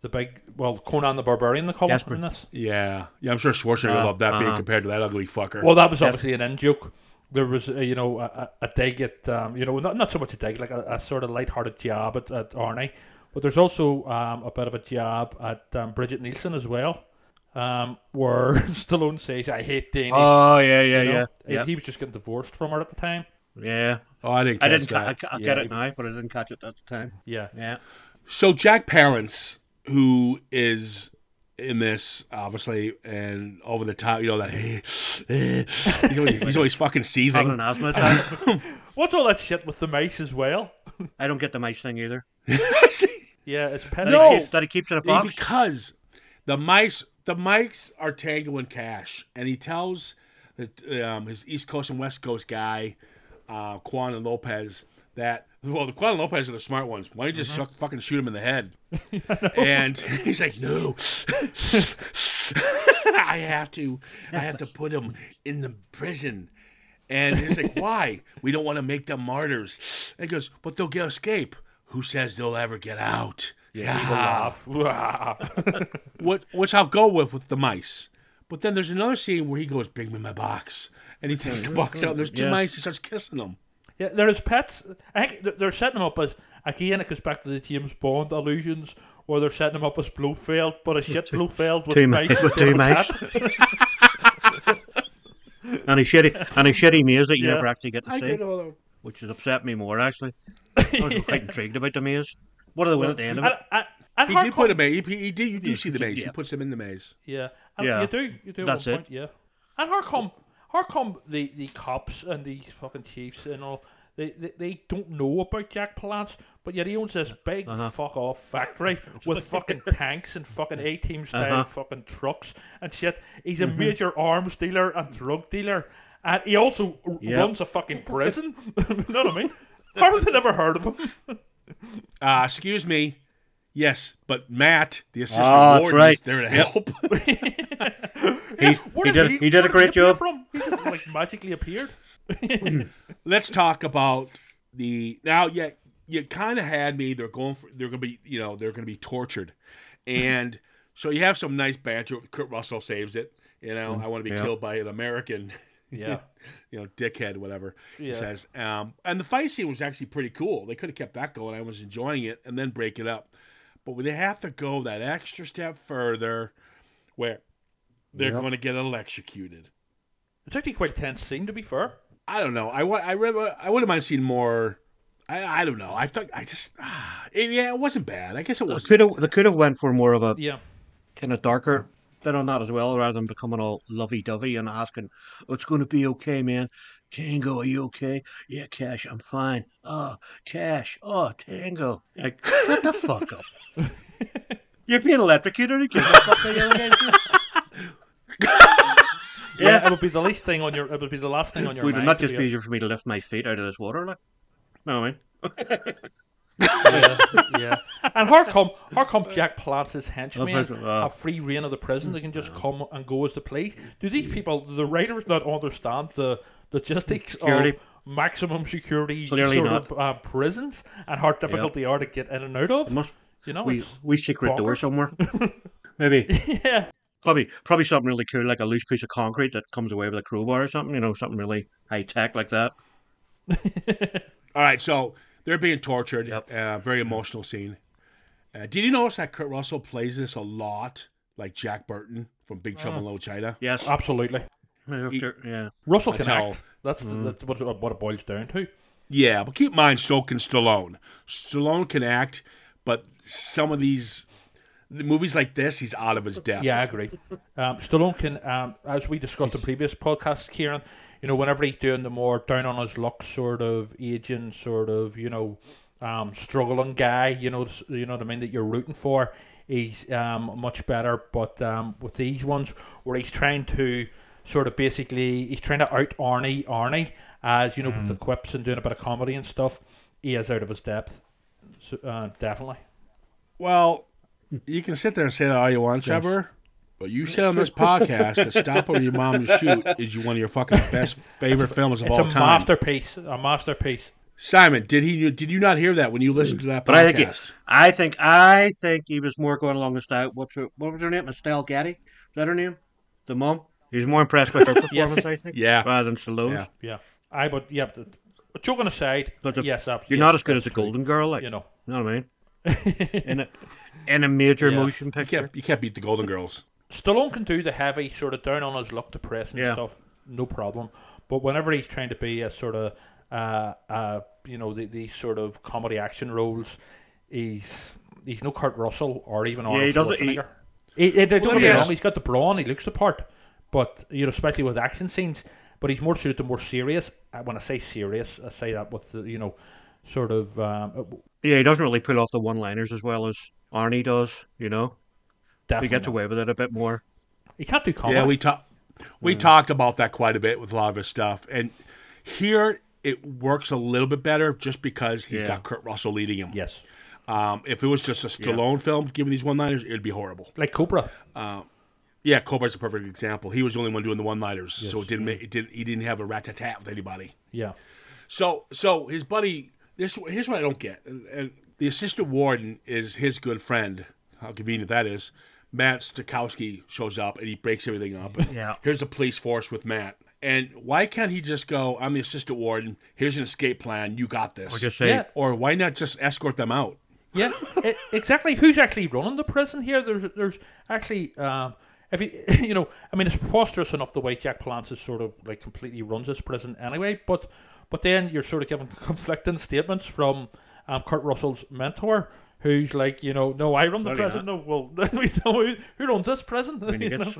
Speaker 5: the big well Conan the Barbarian the call him
Speaker 6: Jasper.
Speaker 5: in this.
Speaker 4: yeah, yeah. I'm sure Schwarzenegger loved that being
Speaker 6: uh-huh.
Speaker 4: compared to that ugly fucker.
Speaker 5: Well, that was obviously an in joke. There was uh, you know a, a a dig at um, you know not not so much a dig like a, a sort of light-hearted jab at, at Arnie, but there's also um, a bit of a jab at um, Bridget Nielsen as well. Um, where Stallone says, "I hate Danish."
Speaker 6: oh yeah, yeah,
Speaker 5: you know?
Speaker 6: yeah,
Speaker 5: He-
Speaker 6: yeah,
Speaker 5: He was just getting divorced from her at the time.
Speaker 6: yeah.
Speaker 4: oh, I didn't.
Speaker 6: I
Speaker 4: Catch
Speaker 6: didn't. Ca- I,
Speaker 4: That.
Speaker 6: ca- I
Speaker 5: Yeah,
Speaker 6: get it
Speaker 5: he-
Speaker 6: now, but I didn't catch it at the time.
Speaker 5: Yeah,
Speaker 6: Yeah,
Speaker 4: So Jack Palance, who is in this obviously, and over the top, you know that he's, always, he's always fucking
Speaker 6: having an
Speaker 4: seething.
Speaker 6: asthma attack.
Speaker 5: What's all that shit with the mice as well?
Speaker 6: I don't get the mice thing either.
Speaker 5: Yeah, it's petty.
Speaker 6: That
Speaker 4: No.
Speaker 6: he keeps, that he keeps in a box.
Speaker 4: because the mice the mics are Tango and Cash, and he tells the, um, his East Coast and West Coast guy, uh, Quan and Lopez, that well, the Quan and Lopez are the smart ones. Why don't you just shuck- fucking shoot him in the head? and he's like, no, I have to, I have to put him in the prison. And he's like, why? We don't want to make them martyrs. And he goes, but they'll get escape. Who says they'll ever get out? Yeah, what which I'll go with with the mice. But then there's another scene where he goes, "Bring me my box," and he takes the box out, and there's two
Speaker 6: Yeah.
Speaker 4: mice. He starts kissing them.
Speaker 5: yeah, there is pets. I think th- they're setting them up as again. It goes back to the James Bond allusions, where they're setting them up as Blofeld, but a shit Blofeld with
Speaker 6: two
Speaker 5: mice.
Speaker 6: mi- with
Speaker 5: instead
Speaker 6: two
Speaker 5: of a
Speaker 6: mice.
Speaker 5: cat.
Speaker 6: and a shitty and a shitty maze that you
Speaker 5: Yeah.
Speaker 6: never actually get to see, which has upset me more actually. I was quite intrigued about the maze. What do they win at the end of
Speaker 5: And,
Speaker 6: it?
Speaker 5: and, and
Speaker 4: He
Speaker 5: hardcore,
Speaker 4: did put a maze. He, he did. You do see the maze. He
Speaker 6: yeah.
Speaker 4: puts them in the maze.
Speaker 5: Yeah, and
Speaker 6: Yeah.
Speaker 5: you do, you do. at
Speaker 6: That's
Speaker 5: one
Speaker 6: it.
Speaker 5: Point, yeah, and how come? How come the, the cops and these fucking chiefs and all they, they, they don't know about Jack Palance, but yet he owns this big
Speaker 6: Uh-huh.
Speaker 5: fuck off factory with fucking tanks and fucking A team style
Speaker 6: Uh-huh.
Speaker 5: fucking trucks and shit. He's
Speaker 6: Mm-hmm.
Speaker 5: a major arms dealer and drug dealer, and he also r- runs a fucking prison. you know what I mean? How have they never heard of him?
Speaker 4: Uh, excuse me. Yes, but Matt, the assistant
Speaker 6: Ah, that's
Speaker 4: warden,
Speaker 6: right.
Speaker 4: is there to help.
Speaker 5: Where
Speaker 6: he did- he did
Speaker 5: where
Speaker 6: a great
Speaker 5: appear
Speaker 6: job.
Speaker 5: From? He just like magically appeared.
Speaker 4: Let's talk about the now. Yeah, you kind of had me. They're going for. They're gonna be. You know, they're gonna be tortured, and so you have some nice banter. Kurt Russell saves it. You know, I want to be
Speaker 6: yeah.
Speaker 4: killed by an American.
Speaker 5: Yeah.
Speaker 4: you know, dickhead, whatever he
Speaker 5: Yeah.
Speaker 4: says. Um, and the fight scene was actually pretty cool. They could have kept that going. I was enjoying it, and then break it up. But when they have to go that extra step further, where they're going to get electrocuted.
Speaker 5: It's actually quite a tense scene, to be fair.
Speaker 4: I don't know. I want. I really. I wouldn't mind seeing more. I, I don't know. I thought. I just. Ah, it, yeah, it wasn't bad. I guess it
Speaker 6: They
Speaker 4: was.
Speaker 6: could have they could have went for more of a
Speaker 5: Yeah.
Speaker 6: kind of darker bit on that as well, rather than becoming all lovey dovey and asking, oh, "It's going to be okay, man. Tango, are you okay? Yeah, Cash, I'm fine. Oh, Cash. Oh, Tango. Like, shut the fuck up. You're being electrocuted again. What the fuck are you yelling at?
Speaker 5: Yeah, it would be the least thing on your. It would be the last thing on your
Speaker 6: Would it
Speaker 5: mind.
Speaker 6: not
Speaker 5: to
Speaker 6: just be
Speaker 5: be
Speaker 6: easier for me to lift my feet out of this water? Like, no, I mean,
Speaker 5: a- yeah. And how come? How come Jack Platz's henchmen
Speaker 6: That's- uh,
Speaker 5: have free reign of the prison? They can just come and go as they please. Do these people, do the writers, not understand the logistics
Speaker 6: Security.
Speaker 5: of maximum security
Speaker 6: Clearly
Speaker 5: sort
Speaker 6: not.
Speaker 5: of uh, prisons and how difficult they are to get in and out of?
Speaker 6: must-
Speaker 5: you know,
Speaker 6: we
Speaker 5: it's-
Speaker 6: we secret door
Speaker 5: bonkers.
Speaker 6: somewhere. Maybe
Speaker 5: yeah,
Speaker 6: probably probably something really cool, like a loose piece of concrete that comes away with a crowbar or something. You know, something really high tech like that.
Speaker 4: All right, so they're being tortured. Uh, very emotional scene. Uh, did you notice that Kurt Russell plays this a lot, like Jack Burton from Big Trouble in Little China?
Speaker 6: Yes.
Speaker 5: absolutely. E
Speaker 6: After- yeah.
Speaker 5: Russell can
Speaker 4: Hotel.
Speaker 5: act. That's
Speaker 6: Mm.
Speaker 5: that's what, it- what it boils down to.
Speaker 4: Yeah, but keep in mind, so can Stallone. Stallone can act, but some of these the movies like this, he's out of his depth.
Speaker 5: Yeah, I agree. Um, Stallone can, um, as we discussed in previous podcasts, Kieran, you know, whenever he's doing the more down on his luck sort of aging, sort of, you know, um, struggling guy, you know, s- you know what I mean, that you're rooting for, he's um, much better. But um, with these ones, where he's trying to sort of basically, he's trying to out Arnie, Arnie, as you know,
Speaker 4: Mm.
Speaker 5: with the quips and doing a bit of comedy and stuff, he is out of his depth. So, uh, definitely.
Speaker 4: Well, you can sit there and say that all you want, Trevor, but you said on this podcast that Stop Over Your Mom and Shoot is you one of your fucking best favorite films of
Speaker 5: It's a
Speaker 4: all time.
Speaker 5: masterpiece, a masterpiece.
Speaker 4: Simon, did he did you not hear that when you listened to that podcast?
Speaker 6: But I think, he, I think, I think he was more going along with style. What's her, what was her name? Estelle Gaddy? Is that her name? The mom. He was more impressed with her performance, I think.
Speaker 4: Yeah.
Speaker 6: Rather than Stallone's.
Speaker 4: Yeah.
Speaker 5: Yeah, I but yeah, but but joking aside,
Speaker 6: But the-
Speaker 5: yes, absolutely.
Speaker 6: You're not as good as the Golden Girl, like
Speaker 5: You know.
Speaker 6: know what I mean? in a in a major
Speaker 5: Yeah.
Speaker 6: motion
Speaker 4: You
Speaker 6: picture.
Speaker 4: can't, you can't beat the Golden Girls.
Speaker 5: Stallone can do the heavy sort of down on his luck, depressing
Speaker 6: Yeah.
Speaker 5: stuff, no problem. But whenever he's trying to be a sort of uh uh you know the, these sort of comedy action roles, he's he's no Kurt Russell or even Arnold
Speaker 6: doesn't- he-
Speaker 5: Schwarzenegger. He, he, don't get me
Speaker 4: yes.
Speaker 5: wrong, he's got the brawn, he looks the part, but you know especially with action scenes. But he's more suited to more serious. Uh, When I say serious, I say that with the, you know sort of um,
Speaker 6: Yeah, he doesn't really pull off the one liners as well as Arnie does, you know.
Speaker 5: definitely
Speaker 6: He gets away with it a bit more.
Speaker 5: He can't do comedy.
Speaker 4: Yeah, we talked we talked about that quite a bit with a lot of his stuff, and here it works a little bit better just because he's
Speaker 6: Yeah.
Speaker 4: got Kurt Russell leading him.
Speaker 5: yes,
Speaker 4: Um, if it was just a Stallone film giving these one-liners, it'd be horrible.
Speaker 5: like Cobra.
Speaker 4: Yeah, Colbert's a perfect example. He was the only one doing the one-liners, so it didn't make it didn't he didn't have a rat-tat-tat with anybody.
Speaker 5: Yeah,
Speaker 4: So so his buddy this here's what I don't get. And, and the assistant warden is his good friend. How convenient that is. Matt Stokowski shows up and he breaks everything up. And
Speaker 6: Yeah.
Speaker 4: Here's a police force with Matt. And why can't he just go, I'm the assistant warden, here's an escape plan, you got this. Or,
Speaker 6: Just say
Speaker 5: Yeah.
Speaker 4: why not just escort them out?
Speaker 5: yeah, e- exactly. Who's actually running the prison here? There's, there's actually, um, if you, you know, I mean, it's preposterous enough the way Jack Palance sort of like completely runs this prison anyway. But, but then you're sort of given conflicting statements from um, Kurt Russell's mentor, who's like, you know, no, I run the
Speaker 6: No, you're
Speaker 5: prison. No, well, we know who, who runs this prison?
Speaker 6: when he
Speaker 5: You know?
Speaker 6: gets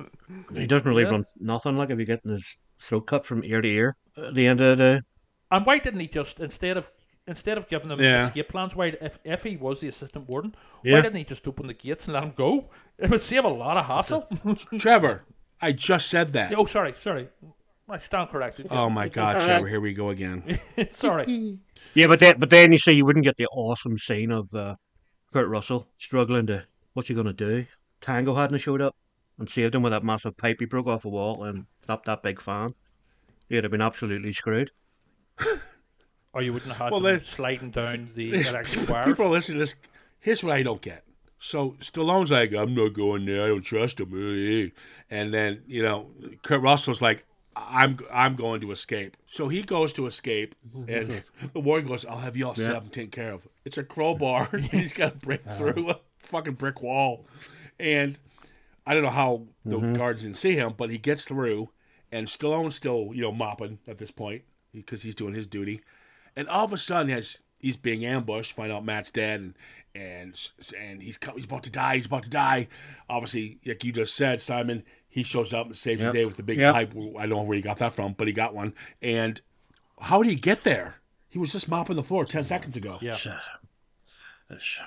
Speaker 6: he doesn't really run nothing like if you're getting his throat cut from ear to ear at the end of the
Speaker 5: And why didn't he just instead of instead of giving them
Speaker 4: Yeah.
Speaker 5: escape plans? Why if if he was the assistant warden,
Speaker 6: Yeah.
Speaker 5: why didn't he just open the gates and let him go? It would save a lot of hassle.
Speaker 4: Trevor, I just said that.
Speaker 5: oh, sorry, sorry, I stand corrected.
Speaker 4: Oh my god, Trevor, here we go again.
Speaker 5: sorry.
Speaker 6: Yeah, but then, but then you see you wouldn't get the awesome scene of uh, Kurt Russell struggling to what's he gonna do? Tango hadn't showed up and saved him with that massive pipe he broke off a wall and stopped that big fan. He'd have been absolutely screwed.
Speaker 5: Or you wouldn't have had
Speaker 4: Well,
Speaker 5: them
Speaker 4: they-
Speaker 5: sliding down the electric wires.
Speaker 4: People are listening to this. Here's what I don't get. So Stallone's like, I'm not going there. I don't trust him. eh, eh." And then you know, Kurt Russell's like, I'm I'm going to escape. So he goes to escape, and the warden goes, I'll have you all set up and taken care of. It's a crowbar. and he's got to break through a fucking brick wall, and I don't know how the
Speaker 6: Mm-hmm.
Speaker 4: guards didn't see him, but he gets through, and Stallone's still you know mopping at this point because he's doing his duty and all of a sudden as he's being ambushed find out matt's dead and and and he's co- he's about to die he's about to die obviously like you just said simon he shows up and saves the day with the big
Speaker 6: Yep.
Speaker 4: pipe i don't know where he got that from but he got one and How did he get there? He was just mopping the floor ten seconds ago.
Speaker 5: Yeah.
Speaker 6: It's, uh, it's-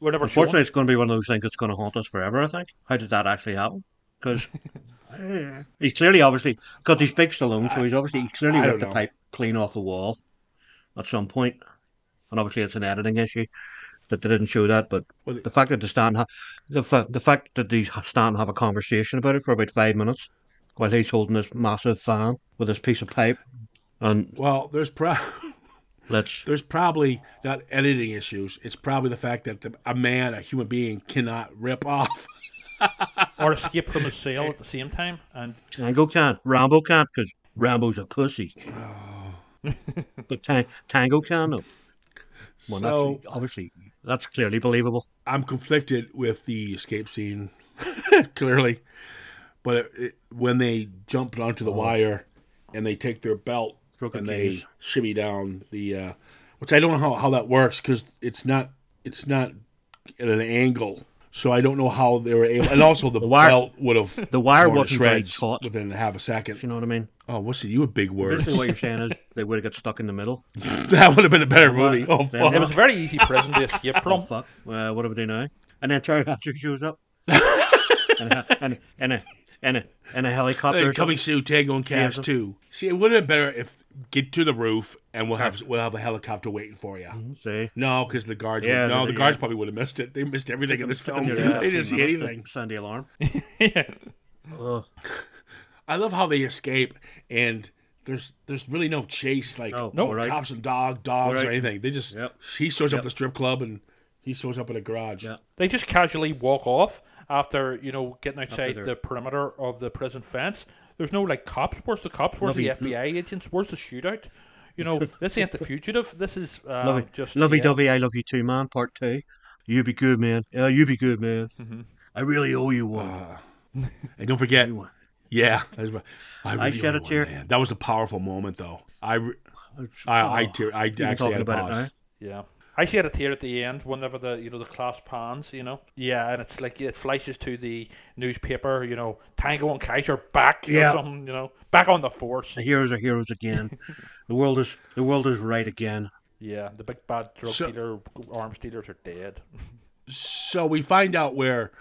Speaker 5: We're never shown.
Speaker 6: unfortunately, it's going to be one of those things that's going to haunt us forever. I think. How did that actually happen? Because he's clearly, obviously, because he's big Stallone, so he's obviously he's clearly
Speaker 4: I don't
Speaker 6: ripped the
Speaker 4: know.
Speaker 6: pipe clean off the wall at some point, and obviously it's an editing issue that they didn't show that. But
Speaker 4: Well,
Speaker 6: the fact that the stand, ha- the fa- the fact that they stand have a conversation about it for about five minutes while he's holding this massive fan with this piece of pipe, and
Speaker 4: Well, there's pro-
Speaker 6: let's
Speaker 4: there's probably not editing issues. It's probably the fact that the, a man, a human being, cannot rip off.
Speaker 5: or escape from his cell at the same time. And
Speaker 6: Tango can't. Rambo can't because Rambo's a pussy.
Speaker 4: Oh.
Speaker 6: but tang- Tango can though. Well,
Speaker 4: So-
Speaker 6: that's, obviously, that's clearly believable.
Speaker 4: I'm conflicted with the escape scene, clearly. But it, it, when they jumped onto the wire and they take their belt
Speaker 6: Oh. Stroke of
Speaker 4: and they
Speaker 6: genius.
Speaker 4: shimmy down the, uh, which I don't know how, how that works because it's not it's not at an angle, so I don't know how they were able. And also the,
Speaker 6: wire-
Speaker 4: belt would have
Speaker 6: the wire
Speaker 4: torn to
Speaker 6: wasn't very
Speaker 4: shreds
Speaker 6: taut.
Speaker 4: within half a second.
Speaker 6: If you know what I mean.
Speaker 4: Oh, what's it? You a big word?
Speaker 6: Basically, what you're saying is they would have got stuck in the middle.
Speaker 4: that would have been a better movie. Oh,
Speaker 6: Then-
Speaker 5: it
Speaker 4: fuck.
Speaker 5: was a very easy prison to escape
Speaker 6: Oh,
Speaker 5: from.
Speaker 6: fuck. Uh, what do we do now? And then Terry Hatcher shows up. and, a, and, and, a, and, a, and a helicopter.
Speaker 4: Hey,
Speaker 6: or
Speaker 4: coming soon, Tango and Cash
Speaker 6: Yeah.
Speaker 4: too. See, it would have been better if get to the roof and we'll have we'll have a helicopter waiting for you.
Speaker 6: something. See?
Speaker 4: No, because the guards.
Speaker 6: Yeah,
Speaker 4: would, no,
Speaker 6: they-
Speaker 4: the guards probably would have missed it. They missed everything in this film. they didn't see anything.
Speaker 6: Sound the alarm. Oh,
Speaker 4: I love how they escape and there's there's really no chase like
Speaker 6: No,
Speaker 4: no
Speaker 6: all right.
Speaker 4: cops and dog dogs or
Speaker 6: right.
Speaker 4: anything. They just
Speaker 6: Yep.
Speaker 4: he shows up at the strip club and he shows up in a garage.
Speaker 6: Yeah.
Speaker 5: They just casually walk off after you know getting outside
Speaker 6: they're-
Speaker 5: the perimeter of the prison fence. There's no like cops. Where's the cops? Where's the
Speaker 6: Lovey-
Speaker 5: FBI agents? Where's the shootout? You know, this ain't the fugitive. This is um,
Speaker 6: Lovey,
Speaker 5: just
Speaker 6: lovey
Speaker 5: yeah.
Speaker 6: dovey, I love you too, man. Part two. You be good, man. Yeah, you be good, man.
Speaker 4: Mm-hmm.
Speaker 6: I really owe you one.
Speaker 4: Ah. And don't forget, yeah, that's right. I, really
Speaker 6: shed
Speaker 4: owe
Speaker 6: a
Speaker 4: one,
Speaker 6: tear.
Speaker 4: man. That was a powerful moment though. I re- I, I, tear, I actually
Speaker 6: talking
Speaker 4: had a
Speaker 6: about it
Speaker 4: pause.
Speaker 6: now.
Speaker 5: Yeah. I see it here at the end whenever the you know the class pans, you know. Yeah, and it's like it flashes to the newspaper, you know, Tango and Cash are back
Speaker 6: Yeah.
Speaker 5: or something, you know. Back on the force.
Speaker 6: the heroes are heroes again. the world is the world is right again.
Speaker 5: Yeah, the big bad drug
Speaker 4: So-
Speaker 5: dealer arms dealers are dead.
Speaker 4: So we find out where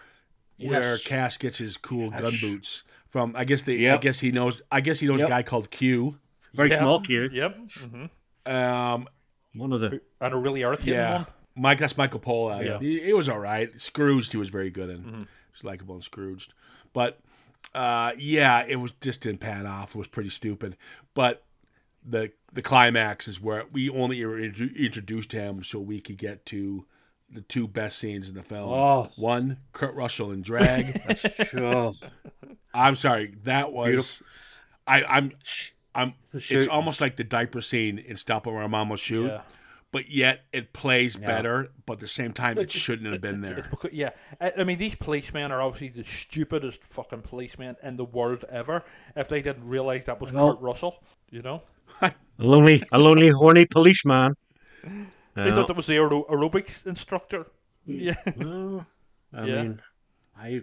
Speaker 4: where
Speaker 6: Yes.
Speaker 4: Cash gets his cool gun boots from. I guess they. I
Speaker 6: Yep.
Speaker 4: guess he knows. I guess he knows a
Speaker 6: Yep.
Speaker 4: guy called Q.
Speaker 6: Very
Speaker 5: Yeah.
Speaker 6: small cute.
Speaker 5: Yep. hmm
Speaker 4: Um,
Speaker 6: One of the
Speaker 5: And a really irritating
Speaker 4: yeah,
Speaker 5: one.
Speaker 4: Mike. That's Michael Pola.
Speaker 5: Yeah.
Speaker 4: He, he was all right. Scrooged. He was very good in. He's likable and Scrooged. But uh, yeah, it was just didn't pan off. It was pretty stupid. But the the climax is where we only were intro- introduced to him so we could get to. The two best scenes in the film.
Speaker 6: Oh.
Speaker 4: One, Kurt Russell in drag.
Speaker 6: oh,
Speaker 4: I'm sorry. That was. I, I'm. I'm. It's
Speaker 6: shoot.
Speaker 4: almost like the diaper scene in "Stop It Where Mom Will Shoot,"
Speaker 5: Yeah.
Speaker 4: but yet it plays better. But at the same time, it shouldn't have been there.
Speaker 5: Becau- Yeah, I, I mean these policemen are obviously the stupidest fucking policemen in the world ever. If they didn't realize that was Kurt Russell, you know,
Speaker 6: a lonely a lonely horny policeman.
Speaker 5: they
Speaker 6: Uh,
Speaker 5: thought that was the aer- aerobics instructor. Yeah,
Speaker 6: well, I
Speaker 5: Yeah.
Speaker 6: mean, I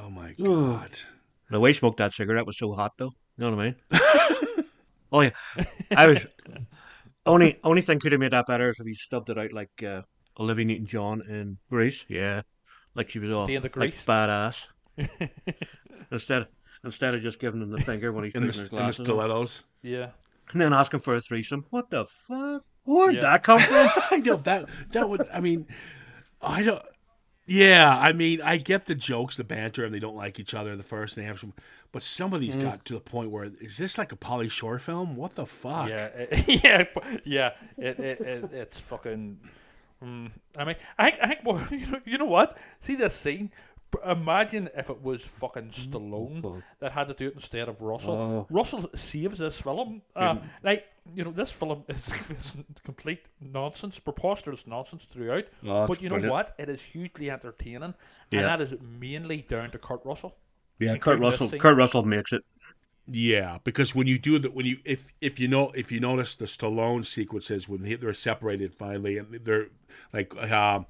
Speaker 4: Oh my god!
Speaker 6: the way he smoked that cigarette was so hot though. You know what I mean? oh yeah, I was. Only only thing could have made that better is if he stubbed it out like uh, Olivia Newton John in Greece. Yeah, like she was all
Speaker 5: The end of
Speaker 6: like
Speaker 5: Grease.
Speaker 6: badass. instead instead of just giving him the finger when he's
Speaker 4: In
Speaker 6: putting his
Speaker 4: the, in the
Speaker 6: glasses, on,
Speaker 4: stilettos.
Speaker 5: yeah.
Speaker 6: and then asking for a threesome. What the fuck? Where'd
Speaker 5: Yeah.
Speaker 6: that come from?
Speaker 4: I know that. That would. I mean, I don't. Yeah, I mean, I get the jokes, the banter, and they don't like each other in the first, and they have some. But some of these got to the point where is this like a Polly Shore film? What the fuck?
Speaker 5: Yeah, it, yeah, but- yeah. It, it, it, it's fucking. Mm, I mean, I think, I think well, you, know, you know what? See this scene. B- Imagine if it was fucking
Speaker 6: Mm,
Speaker 5: Stallone that had to do it instead of
Speaker 6: Oh.
Speaker 5: Russell. Russell saves this film. Uh, like you know, this film is, is complete nonsense, preposterous nonsense throughout.
Speaker 6: Oh,
Speaker 5: but
Speaker 6: it's
Speaker 5: you know
Speaker 6: brilliant.
Speaker 5: what? It is hugely entertaining,
Speaker 6: Yeah.
Speaker 5: and that is mainly down to Kurt Russell.
Speaker 6: yeah, Kurt
Speaker 5: Including this
Speaker 6: Russell.
Speaker 5: scene.
Speaker 6: Kurt Russell makes it.
Speaker 4: Yeah, because when you do that, when you if if you know if you notice the Stallone sequences when he, they're separated finally and they're like uh,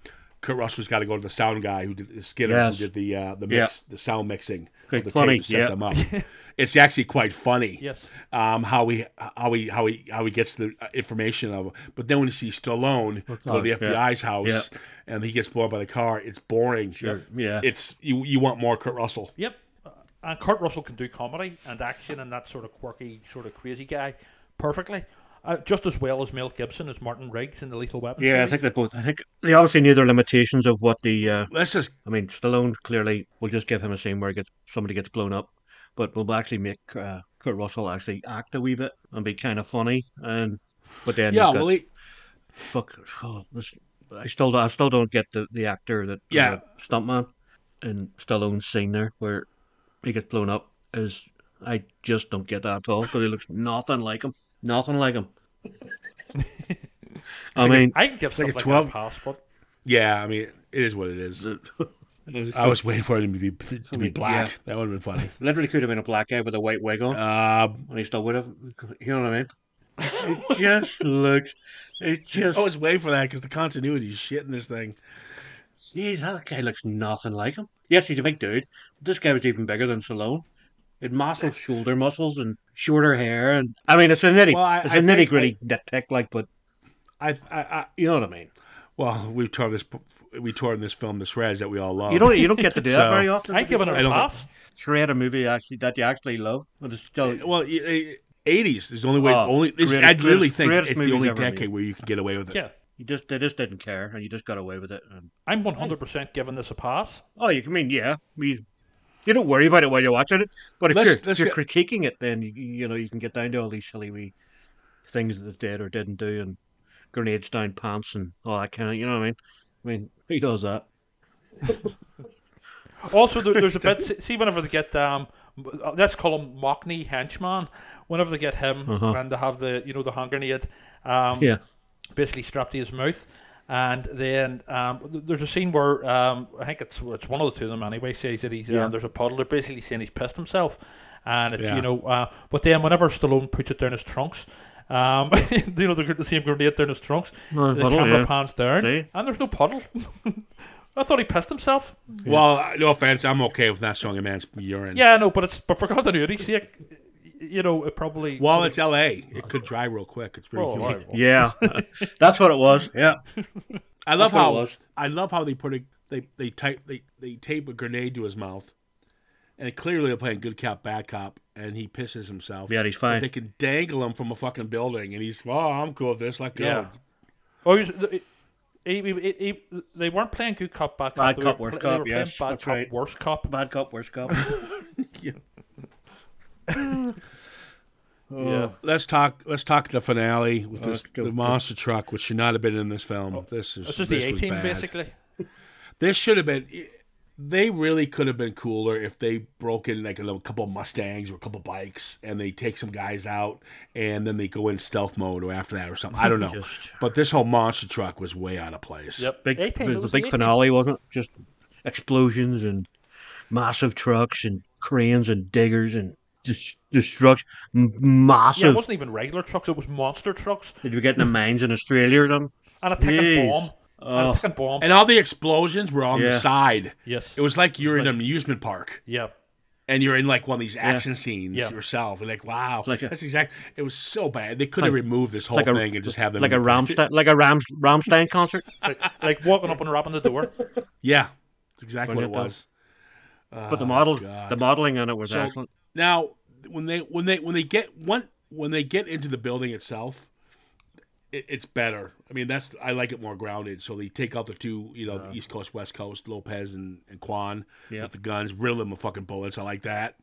Speaker 4: Kurt Russell's got to go to the sound guy who did the Skinner
Speaker 6: Yes.
Speaker 4: who did the uh, the
Speaker 6: Yeah.
Speaker 4: mix the sound mixing
Speaker 6: Quite
Speaker 4: of the
Speaker 6: funny,
Speaker 4: tape to set
Speaker 6: yeah.
Speaker 4: them up. it's actually quite funny.
Speaker 5: Yes.
Speaker 4: Um, how he how he how he how he gets the uh, information of, but then when you see Stallone go to
Speaker 6: on,
Speaker 4: the
Speaker 6: yeah.
Speaker 4: FBI's house
Speaker 6: Yeah.
Speaker 4: and he gets blown by the car, it's boring.
Speaker 6: Sure, yeah.
Speaker 4: It's you you want more Kurt Russell.
Speaker 5: Yep. Uh, And Kurt Russell can do comedy and action and that sort of quirky, sort of crazy guy perfectly. Uh, just as well as Mel Gibson as Martin Riggs in the Lethal Weapon
Speaker 6: Yeah, I
Speaker 5: series.
Speaker 6: think they both. I think they obviously knew their limitations of what the. Uh,
Speaker 4: Let's just
Speaker 6: I mean, Stallone clearly will just give him a scene where he gets somebody gets blown up, but will actually make uh, Kurt Russell actually act a wee bit and be kind of funny. And but then
Speaker 4: yeah,
Speaker 6: you've got-
Speaker 4: well, he,
Speaker 6: fuck. Oh, this, I still don't, I still don't get the, the actor that
Speaker 4: Yeah.
Speaker 6: uh, stuntman in Stallone's scene there where he gets blown up is I just don't get that at all because he looks nothing like him, nothing like him. I mean,
Speaker 5: I can give stuff
Speaker 4: like
Speaker 5: like
Speaker 4: a
Speaker 5: that
Speaker 4: 12.
Speaker 5: a pass, but
Speaker 4: yeah. I mean, it is what it is. I was waiting for him to be to be black. That would have been funny.
Speaker 6: literally could have been a black guy with a white wig on,
Speaker 4: Um,
Speaker 6: and he still would have. You know what I mean? It just looks. It just.
Speaker 4: I was waiting for that because the continuity is shit in this thing.
Speaker 6: Jeez, that guy looks nothing like him. Yes, he's a big dude. This guy was even bigger than Stallone. He had massive shoulder muscles and shorter hair, and I mean, it's a nitty,
Speaker 4: Well, I-
Speaker 6: it's
Speaker 4: I
Speaker 6: a
Speaker 4: think
Speaker 6: nitty gritty nitpick, like, but
Speaker 4: I, I, I
Speaker 6: you know what I mean.
Speaker 4: well, we tore this, we tore in this film the shreds that we all love.
Speaker 6: You don't, you don't get to do that
Speaker 4: Oh. So-
Speaker 6: very often.
Speaker 5: I give it
Speaker 6: a
Speaker 5: a
Speaker 4: I don't
Speaker 5: pass.
Speaker 6: shred a movie actually that you actually love, but it's still
Speaker 4: well, eighties is the only way.
Speaker 6: Oh,
Speaker 4: only this,
Speaker 6: great-
Speaker 4: I literally
Speaker 6: greatest-
Speaker 4: think
Speaker 6: greatest
Speaker 4: it's the
Speaker 6: movies
Speaker 4: only
Speaker 6: ever made.
Speaker 4: decade where you can get away with it.
Speaker 5: yeah,
Speaker 6: you just they just didn't care, and you just got away with it. And
Speaker 5: I'm 100% giving this a pass.
Speaker 6: oh, you I mean yeah, we. You don't worry about it while you're watching it, but if
Speaker 4: Let's-
Speaker 6: you're,
Speaker 4: let's
Speaker 6: if you're
Speaker 4: get-
Speaker 6: critiquing it, then you, you know you can get down to all these silly wee things that they did or didn't do, and grenades down pants and all that kind of. You know what I mean? I mean, who does that?
Speaker 5: Also, there, there's a bit. see- See, whenever they get um, let's call him Mockney henchman. Whenever they get him
Speaker 4: Uh-huh.
Speaker 5: and they have the you know the hand grenade, um,
Speaker 6: Yeah,
Speaker 5: basically strapped to his mouth. And then um, th- there's a scene where um, I think it's it's one of the two of them anyway says that he's um, there's a puddle. They're basically saying he's pissed himself, and it's
Speaker 4: Yeah.
Speaker 5: you know. Uh, but then whenever Stallone puts it down his trunks, um, you know the, gr- the same grenade down his trunks.
Speaker 6: No,
Speaker 5: the
Speaker 6: puddle,
Speaker 5: camera
Speaker 6: yeah.
Speaker 5: pans down,
Speaker 6: See?
Speaker 5: and there's no puddle. I thought he pissed himself.
Speaker 4: Well, no offense, I'm okay with not showing a man's urine.
Speaker 5: Yeah, no, but it's but for continuity's sake, you know, it probably.
Speaker 4: While it's L.A., it could dry real quick. It's very
Speaker 5: Oh,
Speaker 4: humid.
Speaker 5: right.
Speaker 6: yeah, that's what it was. Yeah,
Speaker 4: I love
Speaker 6: That's what it
Speaker 4: how
Speaker 6: was.
Speaker 4: I love how they put a they they type they they tape a grenade to his mouth, and clearly they're playing good cop bad cop, and he pisses himself.
Speaker 6: Yeah, he's
Speaker 4: But
Speaker 6: fine.
Speaker 4: They can dangle him from a fucking building, and he's oh I'm cool with this. Like
Speaker 5: Yeah.
Speaker 4: yeah,
Speaker 5: Oh, he's, he, he, he, he, they weren't playing good cop, bad cop.
Speaker 6: Bad
Speaker 5: they
Speaker 6: cop,
Speaker 5: were,
Speaker 6: worse
Speaker 5: pla- they
Speaker 6: cop,
Speaker 5: were playing
Speaker 6: yes,
Speaker 5: bad
Speaker 6: that's
Speaker 5: cop,
Speaker 6: right.
Speaker 5: worse cop.
Speaker 6: bad cop, worse cop. Oh,
Speaker 5: Yeah.
Speaker 4: let's talk let's talk the finale with this,
Speaker 6: go- Oh,
Speaker 4: the
Speaker 6: go.
Speaker 4: monster truck, which should not have been in this film. this is
Speaker 5: It's just
Speaker 4: this
Speaker 5: the A
Speaker 4: was
Speaker 5: team,
Speaker 4: bad.
Speaker 5: basically.
Speaker 4: This should have been. eh, They really could have been cooler if they broke in like a couple Mustangs or a couple bikes, and they take some guys out, and then they go in stealth mode or after that or something. I don't know.
Speaker 6: Just-
Speaker 4: But this whole monster truck was way out of place.
Speaker 5: Yep.
Speaker 6: Big,
Speaker 5: A team.
Speaker 6: it was a big finale, wasn't it? Just explosions and massive trucks and cranes and diggers and dis- destruction. M-
Speaker 5: Yeah, it
Speaker 6: massive.
Speaker 5: wasn't even regular trucks. It was monster trucks
Speaker 6: Did we get in the mines in Australia or something?
Speaker 5: and a ticking
Speaker 6: Jeez.
Speaker 5: bomb. And a ticking bomb.
Speaker 4: And all the explosions were on the
Speaker 6: Yeah.
Speaker 4: side.
Speaker 5: yes.
Speaker 4: It was like you're in an amusement park
Speaker 5: yeah.
Speaker 4: and you're in like one of these action scenes
Speaker 5: Yeah.
Speaker 4: yourself. And like, wow,
Speaker 6: like a-
Speaker 4: that's exact. It was so bad. They could have removed this whole
Speaker 6: like a-
Speaker 4: thing and just have them
Speaker 6: Like a Ramstein, like a Rams, Ramstein concert.
Speaker 5: Like, like walking up and rapping the door.
Speaker 4: Yeah, that's exactly what it
Speaker 6: Brilliant, though.
Speaker 4: was.
Speaker 6: but the model,
Speaker 4: Oh, God.
Speaker 6: the modeling on it was
Speaker 4: So-
Speaker 6: excellent.
Speaker 4: Now, when they when they when they get one when they get into the building itself, it, it's better. I mean, that's I like it more grounded. So they take out the two, you know, East Coast, West Coast, Lopez and and Quan with the guns, riddle them with fucking bullets. I like that.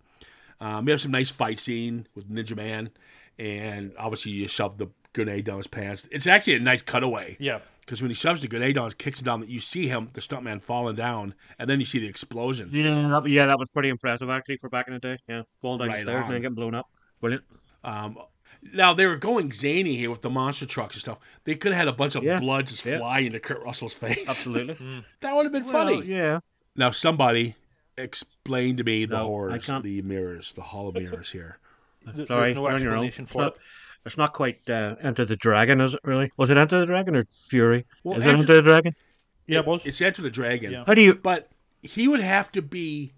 Speaker 4: Um, we have some nice fight scene with Ninja Man, and obviously you shove the grenade down his pants. It's actually a nice cutaway.
Speaker 5: Yeah.
Speaker 4: Because when he shoves the grenade down, kicks it down, you see him, the stuntman, falling down, and then you see the explosion.
Speaker 6: Yeah, that, yeah, that was pretty impressive actually for back in the day. Yeah, falling down the
Speaker 4: Right
Speaker 6: stairs
Speaker 4: on.
Speaker 6: and then getting blown up. Brilliant.
Speaker 4: Now they were going zany here with the monster trucks and stuff. They could have had a bunch of
Speaker 6: Yeah.
Speaker 4: blood just
Speaker 6: Yeah.
Speaker 4: fly into Kurt Russell's face.
Speaker 6: Absolutely.
Speaker 4: that would have been funny.
Speaker 6: Well, yeah.
Speaker 4: Now somebody explain to me the horrors,
Speaker 6: I can't.
Speaker 4: the mirrors, the hall of mirrors here.
Speaker 5: Th-
Speaker 6: Sorry,
Speaker 5: There's no
Speaker 6: you're on your own.
Speaker 5: explanation
Speaker 6: It's
Speaker 5: for
Speaker 6: not,
Speaker 5: it.
Speaker 6: it's not quite uh, Enter the Dragon, is it really? Was it Enter the Dragon or Fury?
Speaker 4: Well,
Speaker 6: is it
Speaker 4: Enter-
Speaker 6: Enter the Dragon?
Speaker 5: Yeah, it was.
Speaker 4: It's Enter the Dragon.
Speaker 5: Yeah.
Speaker 6: How do you?
Speaker 4: But he would have to be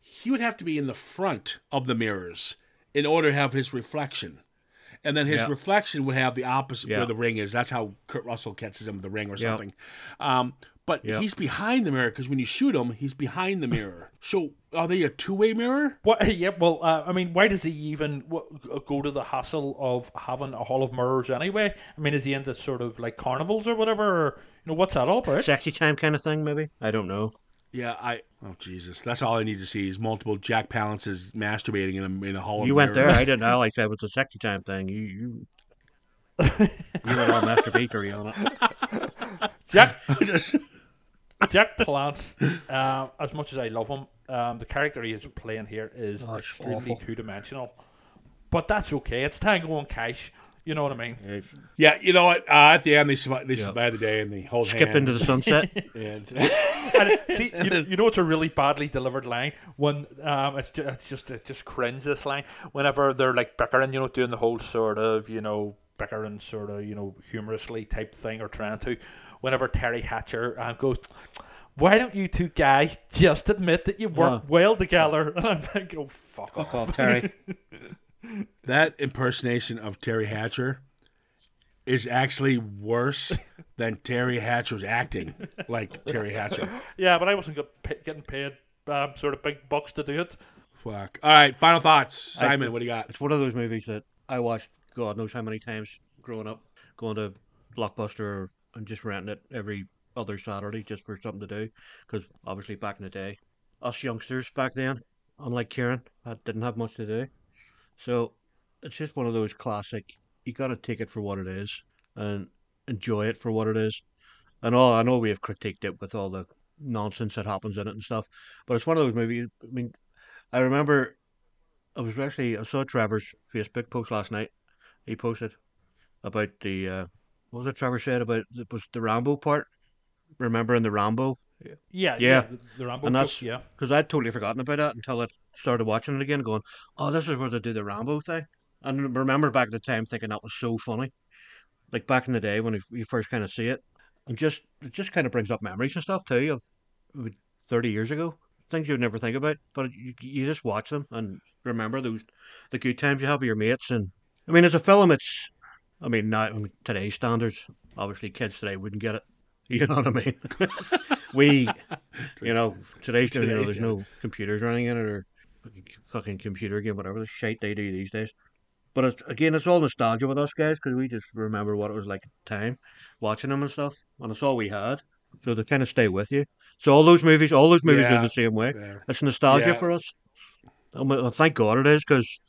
Speaker 4: he would have to be in the front of the mirrors in order to have his reflection. And then his
Speaker 6: Yeah.
Speaker 4: reflection would have the opposite
Speaker 6: Yeah.
Speaker 4: where the ring is. That's how Kurt Russell catches him with the ring or
Speaker 6: Yeah.
Speaker 4: something. Um, but
Speaker 6: Yeah.
Speaker 4: he's behind the mirror because when you shoot him, he's behind the mirror. so are they a two way mirror?
Speaker 5: What, yeah, well, uh, I mean, why does he even w- go to the hassle of having a hall of mirrors anyway? I mean, is he into sort of like carnivals or whatever? Or, you know, what's that all about?
Speaker 6: Sexy time kind of thing, maybe. I don't know.
Speaker 4: Yeah, I. Oh Jesus, that's all I need to see is multiple Jack Palances masturbating in a in a hall. of
Speaker 6: You went there.
Speaker 4: mirrors.
Speaker 6: I didn't know. Like that was a sexy time thing. You you you went all masturbatory on it.
Speaker 5: Jack,
Speaker 4: Just-
Speaker 5: Jack Palance, uh, as much as I love him, um, the character he is playing here is
Speaker 6: Oh, it's
Speaker 5: extremely
Speaker 6: awful.
Speaker 5: two dimensional. But that's okay. It's Tango and Cash. You know what I mean?
Speaker 4: yeah, you know what? Uh, at the end, they survive. They survive the day and they hold
Speaker 6: Skip into the sunset.
Speaker 4: and
Speaker 5: And see, you, you know it's a really badly delivered line when um, it's just, it's just it just cringe this line whenever they're like bickering, you know, doing the whole sort of you know bickering sort of you know humorously type thing or trying to. Whenever Terry Hatcher um, goes, why don't you two guys just admit that you work well together? And I'm like, oh fuck, off.
Speaker 6: Call Terry.
Speaker 4: that impersonation of Terry Hatcher is actually worse than Terry Hatcher's acting, like Terry Hatcher.
Speaker 5: Yeah, but I wasn't get, pa- getting paid um, sort of big bucks to do it.
Speaker 4: Fuck. All right, final thoughts, Simon. what do you got?
Speaker 6: It's one of those movies that I watched God knows how many times growing up, going to Blockbuster and just renting it every other Saturday just for something to do. Because obviously back in the day, us youngsters back then, unlike Kieran, I didn't have much to do. So it's just one of those classic. You gotta take it for what it is and enjoy it for what it is. And all I know we have critiqued it with all the nonsense that happens in it and stuff, but it's one of those movies. I mean, I remember I was actually I saw Trevor's Facebook post last night. He posted about the uh, what was it Trevor said about it was the Rambo part. Remembering the Rambo,
Speaker 5: Yeah, yeah,
Speaker 6: Yeah.
Speaker 5: the, the Rambo
Speaker 6: And
Speaker 5: joke,
Speaker 6: that's-
Speaker 5: yeah.
Speaker 6: because I'd totally forgotten about that until I started watching it again, going, "Oh, this is where they do the Rambo thing." And remember back at the time thinking that was so funny, like back in the day when you- you first kind of see it, and just it just kind of brings up memories and stuff too of of thirty years ago, things you'd never think about, but you, you just watch them and remember those the good times you have with your mates. And I mean, as a film, it's I mean, not on today's standards. Obviously, kids today wouldn't get it. You know what I mean? we, you know, today's, you know,
Speaker 4: Today's
Speaker 6: there's no computers running in it or fucking computer game, whatever the shit they do these days. But it's, again, it's all nostalgia with us guys because we just remember what it was like at the time, watching them and stuff, and it's all we had. So they kind of stay with you. So all those movies, all those movies
Speaker 4: Yeah.
Speaker 6: are the same way.
Speaker 4: Yeah.
Speaker 6: It's nostalgia
Speaker 4: Yeah.
Speaker 6: for us. Um, well, thank God it is because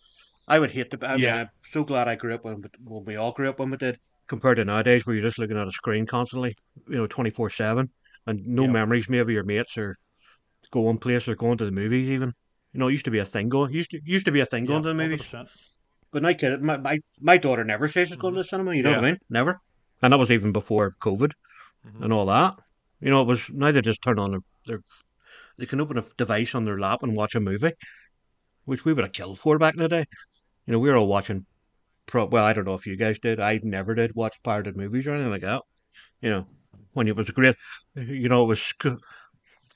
Speaker 6: I would hate to. I mean,
Speaker 4: Yeah.
Speaker 6: I'm so glad I grew up when when we all grew up when we did. Compared to nowadays, where you're just looking at a screen constantly, you know, twenty four seven, and no memories. Maybe your mates or going place or going to the movies. Even you know, it used to be a thing going. Used to used to be a thing going to the movies.
Speaker 5: 100%.
Speaker 6: But my kid, my, my, my daughter never says she's going to the cinema. You know what I
Speaker 4: Mm-hmm. Yeah.
Speaker 6: mean? Never. And that was even before COVID
Speaker 5: Mm-hmm.
Speaker 6: and all that. You know, it was now they just turn on their, their they can open a device on their lap and watch a movie, which we would have killed for back in the day. You know, we were all watching. Pro, well, I don't know if you guys did. I never did watch pirated movies or anything like that. You know, when it was great, you know, it was sc-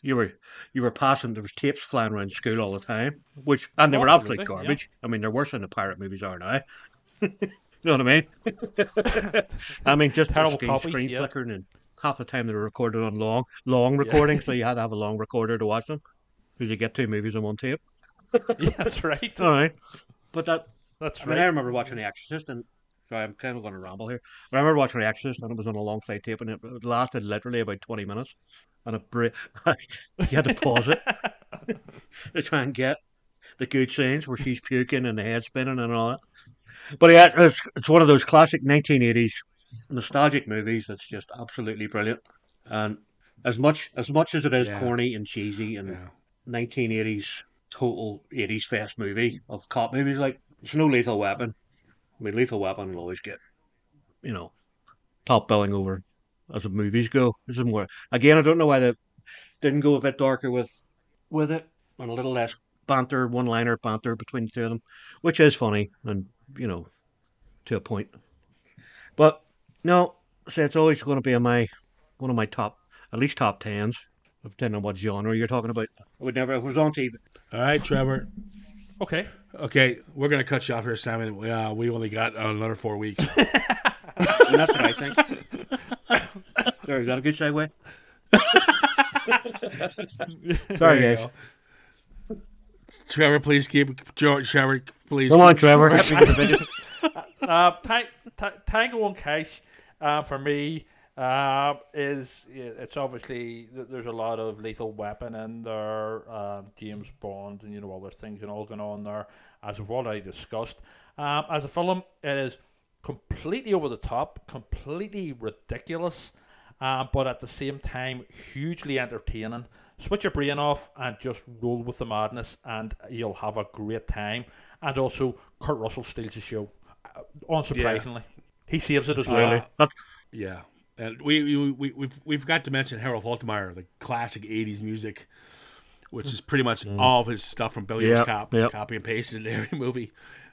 Speaker 6: you were you were passing. There was tapes flying around school all the time, which and they were absolute
Speaker 5: Absolutely, yeah.
Speaker 6: garbage. I mean, they're worse than the pirate movies are now. You know what I mean? I mean, just
Speaker 5: Terrible
Speaker 6: terrible screen,
Speaker 5: copies,
Speaker 6: screen
Speaker 5: yeah.
Speaker 6: flickering, and half the time they were recorded on long, long recording, so you had to have a long recorder to watch them because you get two movies on one tape.
Speaker 5: yeah, that's right.
Speaker 6: All right, but that
Speaker 5: That's
Speaker 6: Oh, I mean, I
Speaker 5: right.
Speaker 6: remember watching The Exorcist, and sorry, I'm kind of going to ramble here. But I remember watching The Exorcist, and it was on a long play tape, and it it lasted literally about 20 minutes. And it bra- you had to pause it to try and get the good scenes where she's puking and the head spinning and all that. But yeah, it's, it's one of those classic 1980s nostalgic movies that's just absolutely brilliant. And as much as much as it is
Speaker 4: Yeah.
Speaker 6: corny and cheesy and
Speaker 4: Yeah.
Speaker 6: 1980s total 80s fest movie of cop movies. Like, it's no Lethal Weapon. I mean, Lethal Weapon will always get, you know, top billing over as the movies go. This is more again. I don't know why they didn't go a bit darker with with it and a little less banter, one liner banter between the two of them, which is funny and you know to a point. But no, so it's always going to be on my one of my top. at least top tens, depending on what genre you're talking about. I would never. If it was on TV.
Speaker 4: All right, Trevor.
Speaker 5: Okay.
Speaker 4: Okay, we're gonna cut you off here, Simon. We, uh, we only got another four weeks.
Speaker 6: And that's what I think. Sorry, is that a good segue? Sorry,
Speaker 4: There you
Speaker 6: guys.
Speaker 4: go. Trevor, please keep George. Trevor, please.
Speaker 6: Come on,
Speaker 4: keep-
Speaker 6: Trevor.
Speaker 5: Uh, tang- Ta- Tango and Cash, uh, for me, uh, is yeah, it's obviously th- there's a lot of Lethal Weapon in there, uh, James Bond, and you know all those things and all going on there, as we've already discussed. Um, as a film, it is completely over the top, completely ridiculous, uh, but at the same time hugely entertaining. Switch your brain off and just roll with the madness, and you'll have a great time. And also, Kurt Russell steals the show, uh, unsurprisingly. He saves it as well.
Speaker 4: Yeah, and we, we we we've we've got to mention Harold Faltermeyer, the classic '80s music, which is pretty much all of his stuff from Billy
Speaker 6: Mm. Yep,
Speaker 4: Cop,
Speaker 6: yep.
Speaker 4: copy and pasted in every movie.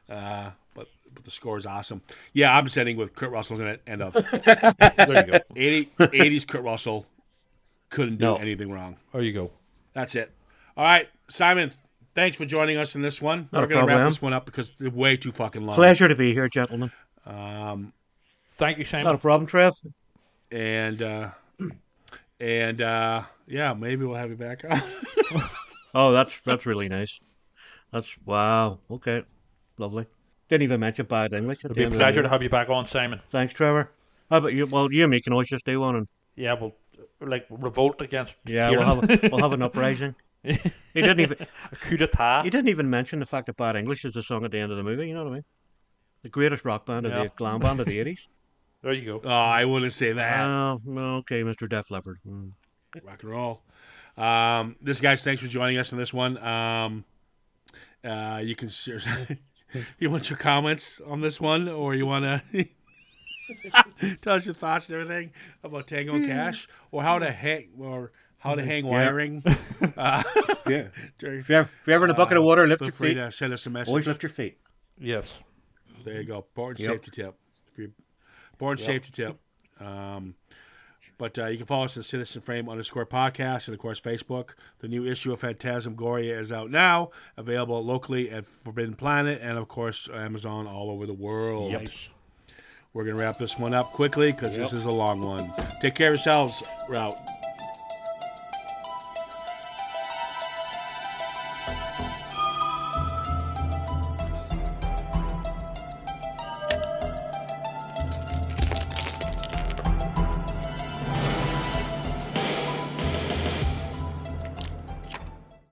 Speaker 4: Uh, but but the score is awesome. Yeah, I'm sitting with Kurt Russell's in it. End of
Speaker 5: there you go.
Speaker 4: 80, 80s. Kurt Russell couldn't do
Speaker 6: No.
Speaker 4: anything wrong.
Speaker 5: There you go.
Speaker 4: That's it. All right, Simon. Thanks for joining us in this one.
Speaker 6: Not a
Speaker 4: We're gonna wrap
Speaker 6: problem.
Speaker 4: this one up because they're way too fucking long.
Speaker 6: Pleasure to be here, gentlemen.
Speaker 5: Thank you,
Speaker 6: Not
Speaker 5: Simon.
Speaker 6: a problem, Trev.
Speaker 4: And uh, and uh, yeah, maybe we'll have you back on.
Speaker 6: Oh, that's that's really nice. That's wow. Okay, lovely. Didn't even mention bad English. It'd
Speaker 5: It'd be a pleasure to have you back on, Simon.
Speaker 6: Thanks, Trevor. How about you? Well, you and me can always just do one, and
Speaker 5: Yeah, well, uh, like revolt against
Speaker 6: yeah,
Speaker 5: Kieran.
Speaker 6: we'll have a, we'll have an uprising. He didn't even
Speaker 5: a coup d'etat.
Speaker 6: he didn't even mention the fact that Bad English is the song at the end of the movie. You know what I mean? The greatest rock band of
Speaker 5: Yeah.
Speaker 6: the glam band of the eighties.
Speaker 5: There you go.
Speaker 4: Oh, I wouldn't say that.
Speaker 6: Oh, okay, Mr. Def Leppard. Mm.
Speaker 4: Rock and roll. Um, this guys, thanks for joining us on this one. Um, uh, you can share- you want your comments on this one, or you want to tell us your thoughts and everything about Tango
Speaker 6: Hmm.
Speaker 4: and Cash, or how to hang, or how to hang wiring.
Speaker 6: Yeah.
Speaker 4: Jerry,
Speaker 6: If you're, if you're ever in a bucket of water, lift
Speaker 4: Uh, Feel
Speaker 6: your
Speaker 4: free
Speaker 6: feet.
Speaker 4: to send us a message.
Speaker 6: Always lift your feet.
Speaker 5: Yes.
Speaker 4: There you go. Important
Speaker 6: Yep.
Speaker 4: safety tip. If you- Important safety tip. Um, but uh, you can follow us at Citizen Frame underscore podcast and, of course, Facebook. The new issue of Phantasm Gloria is out now, available locally at Forbidden Planet and, of course, Amazon all over the world. We're going to wrap this one up quickly because this is a long one. Take care of yourselves. We're out.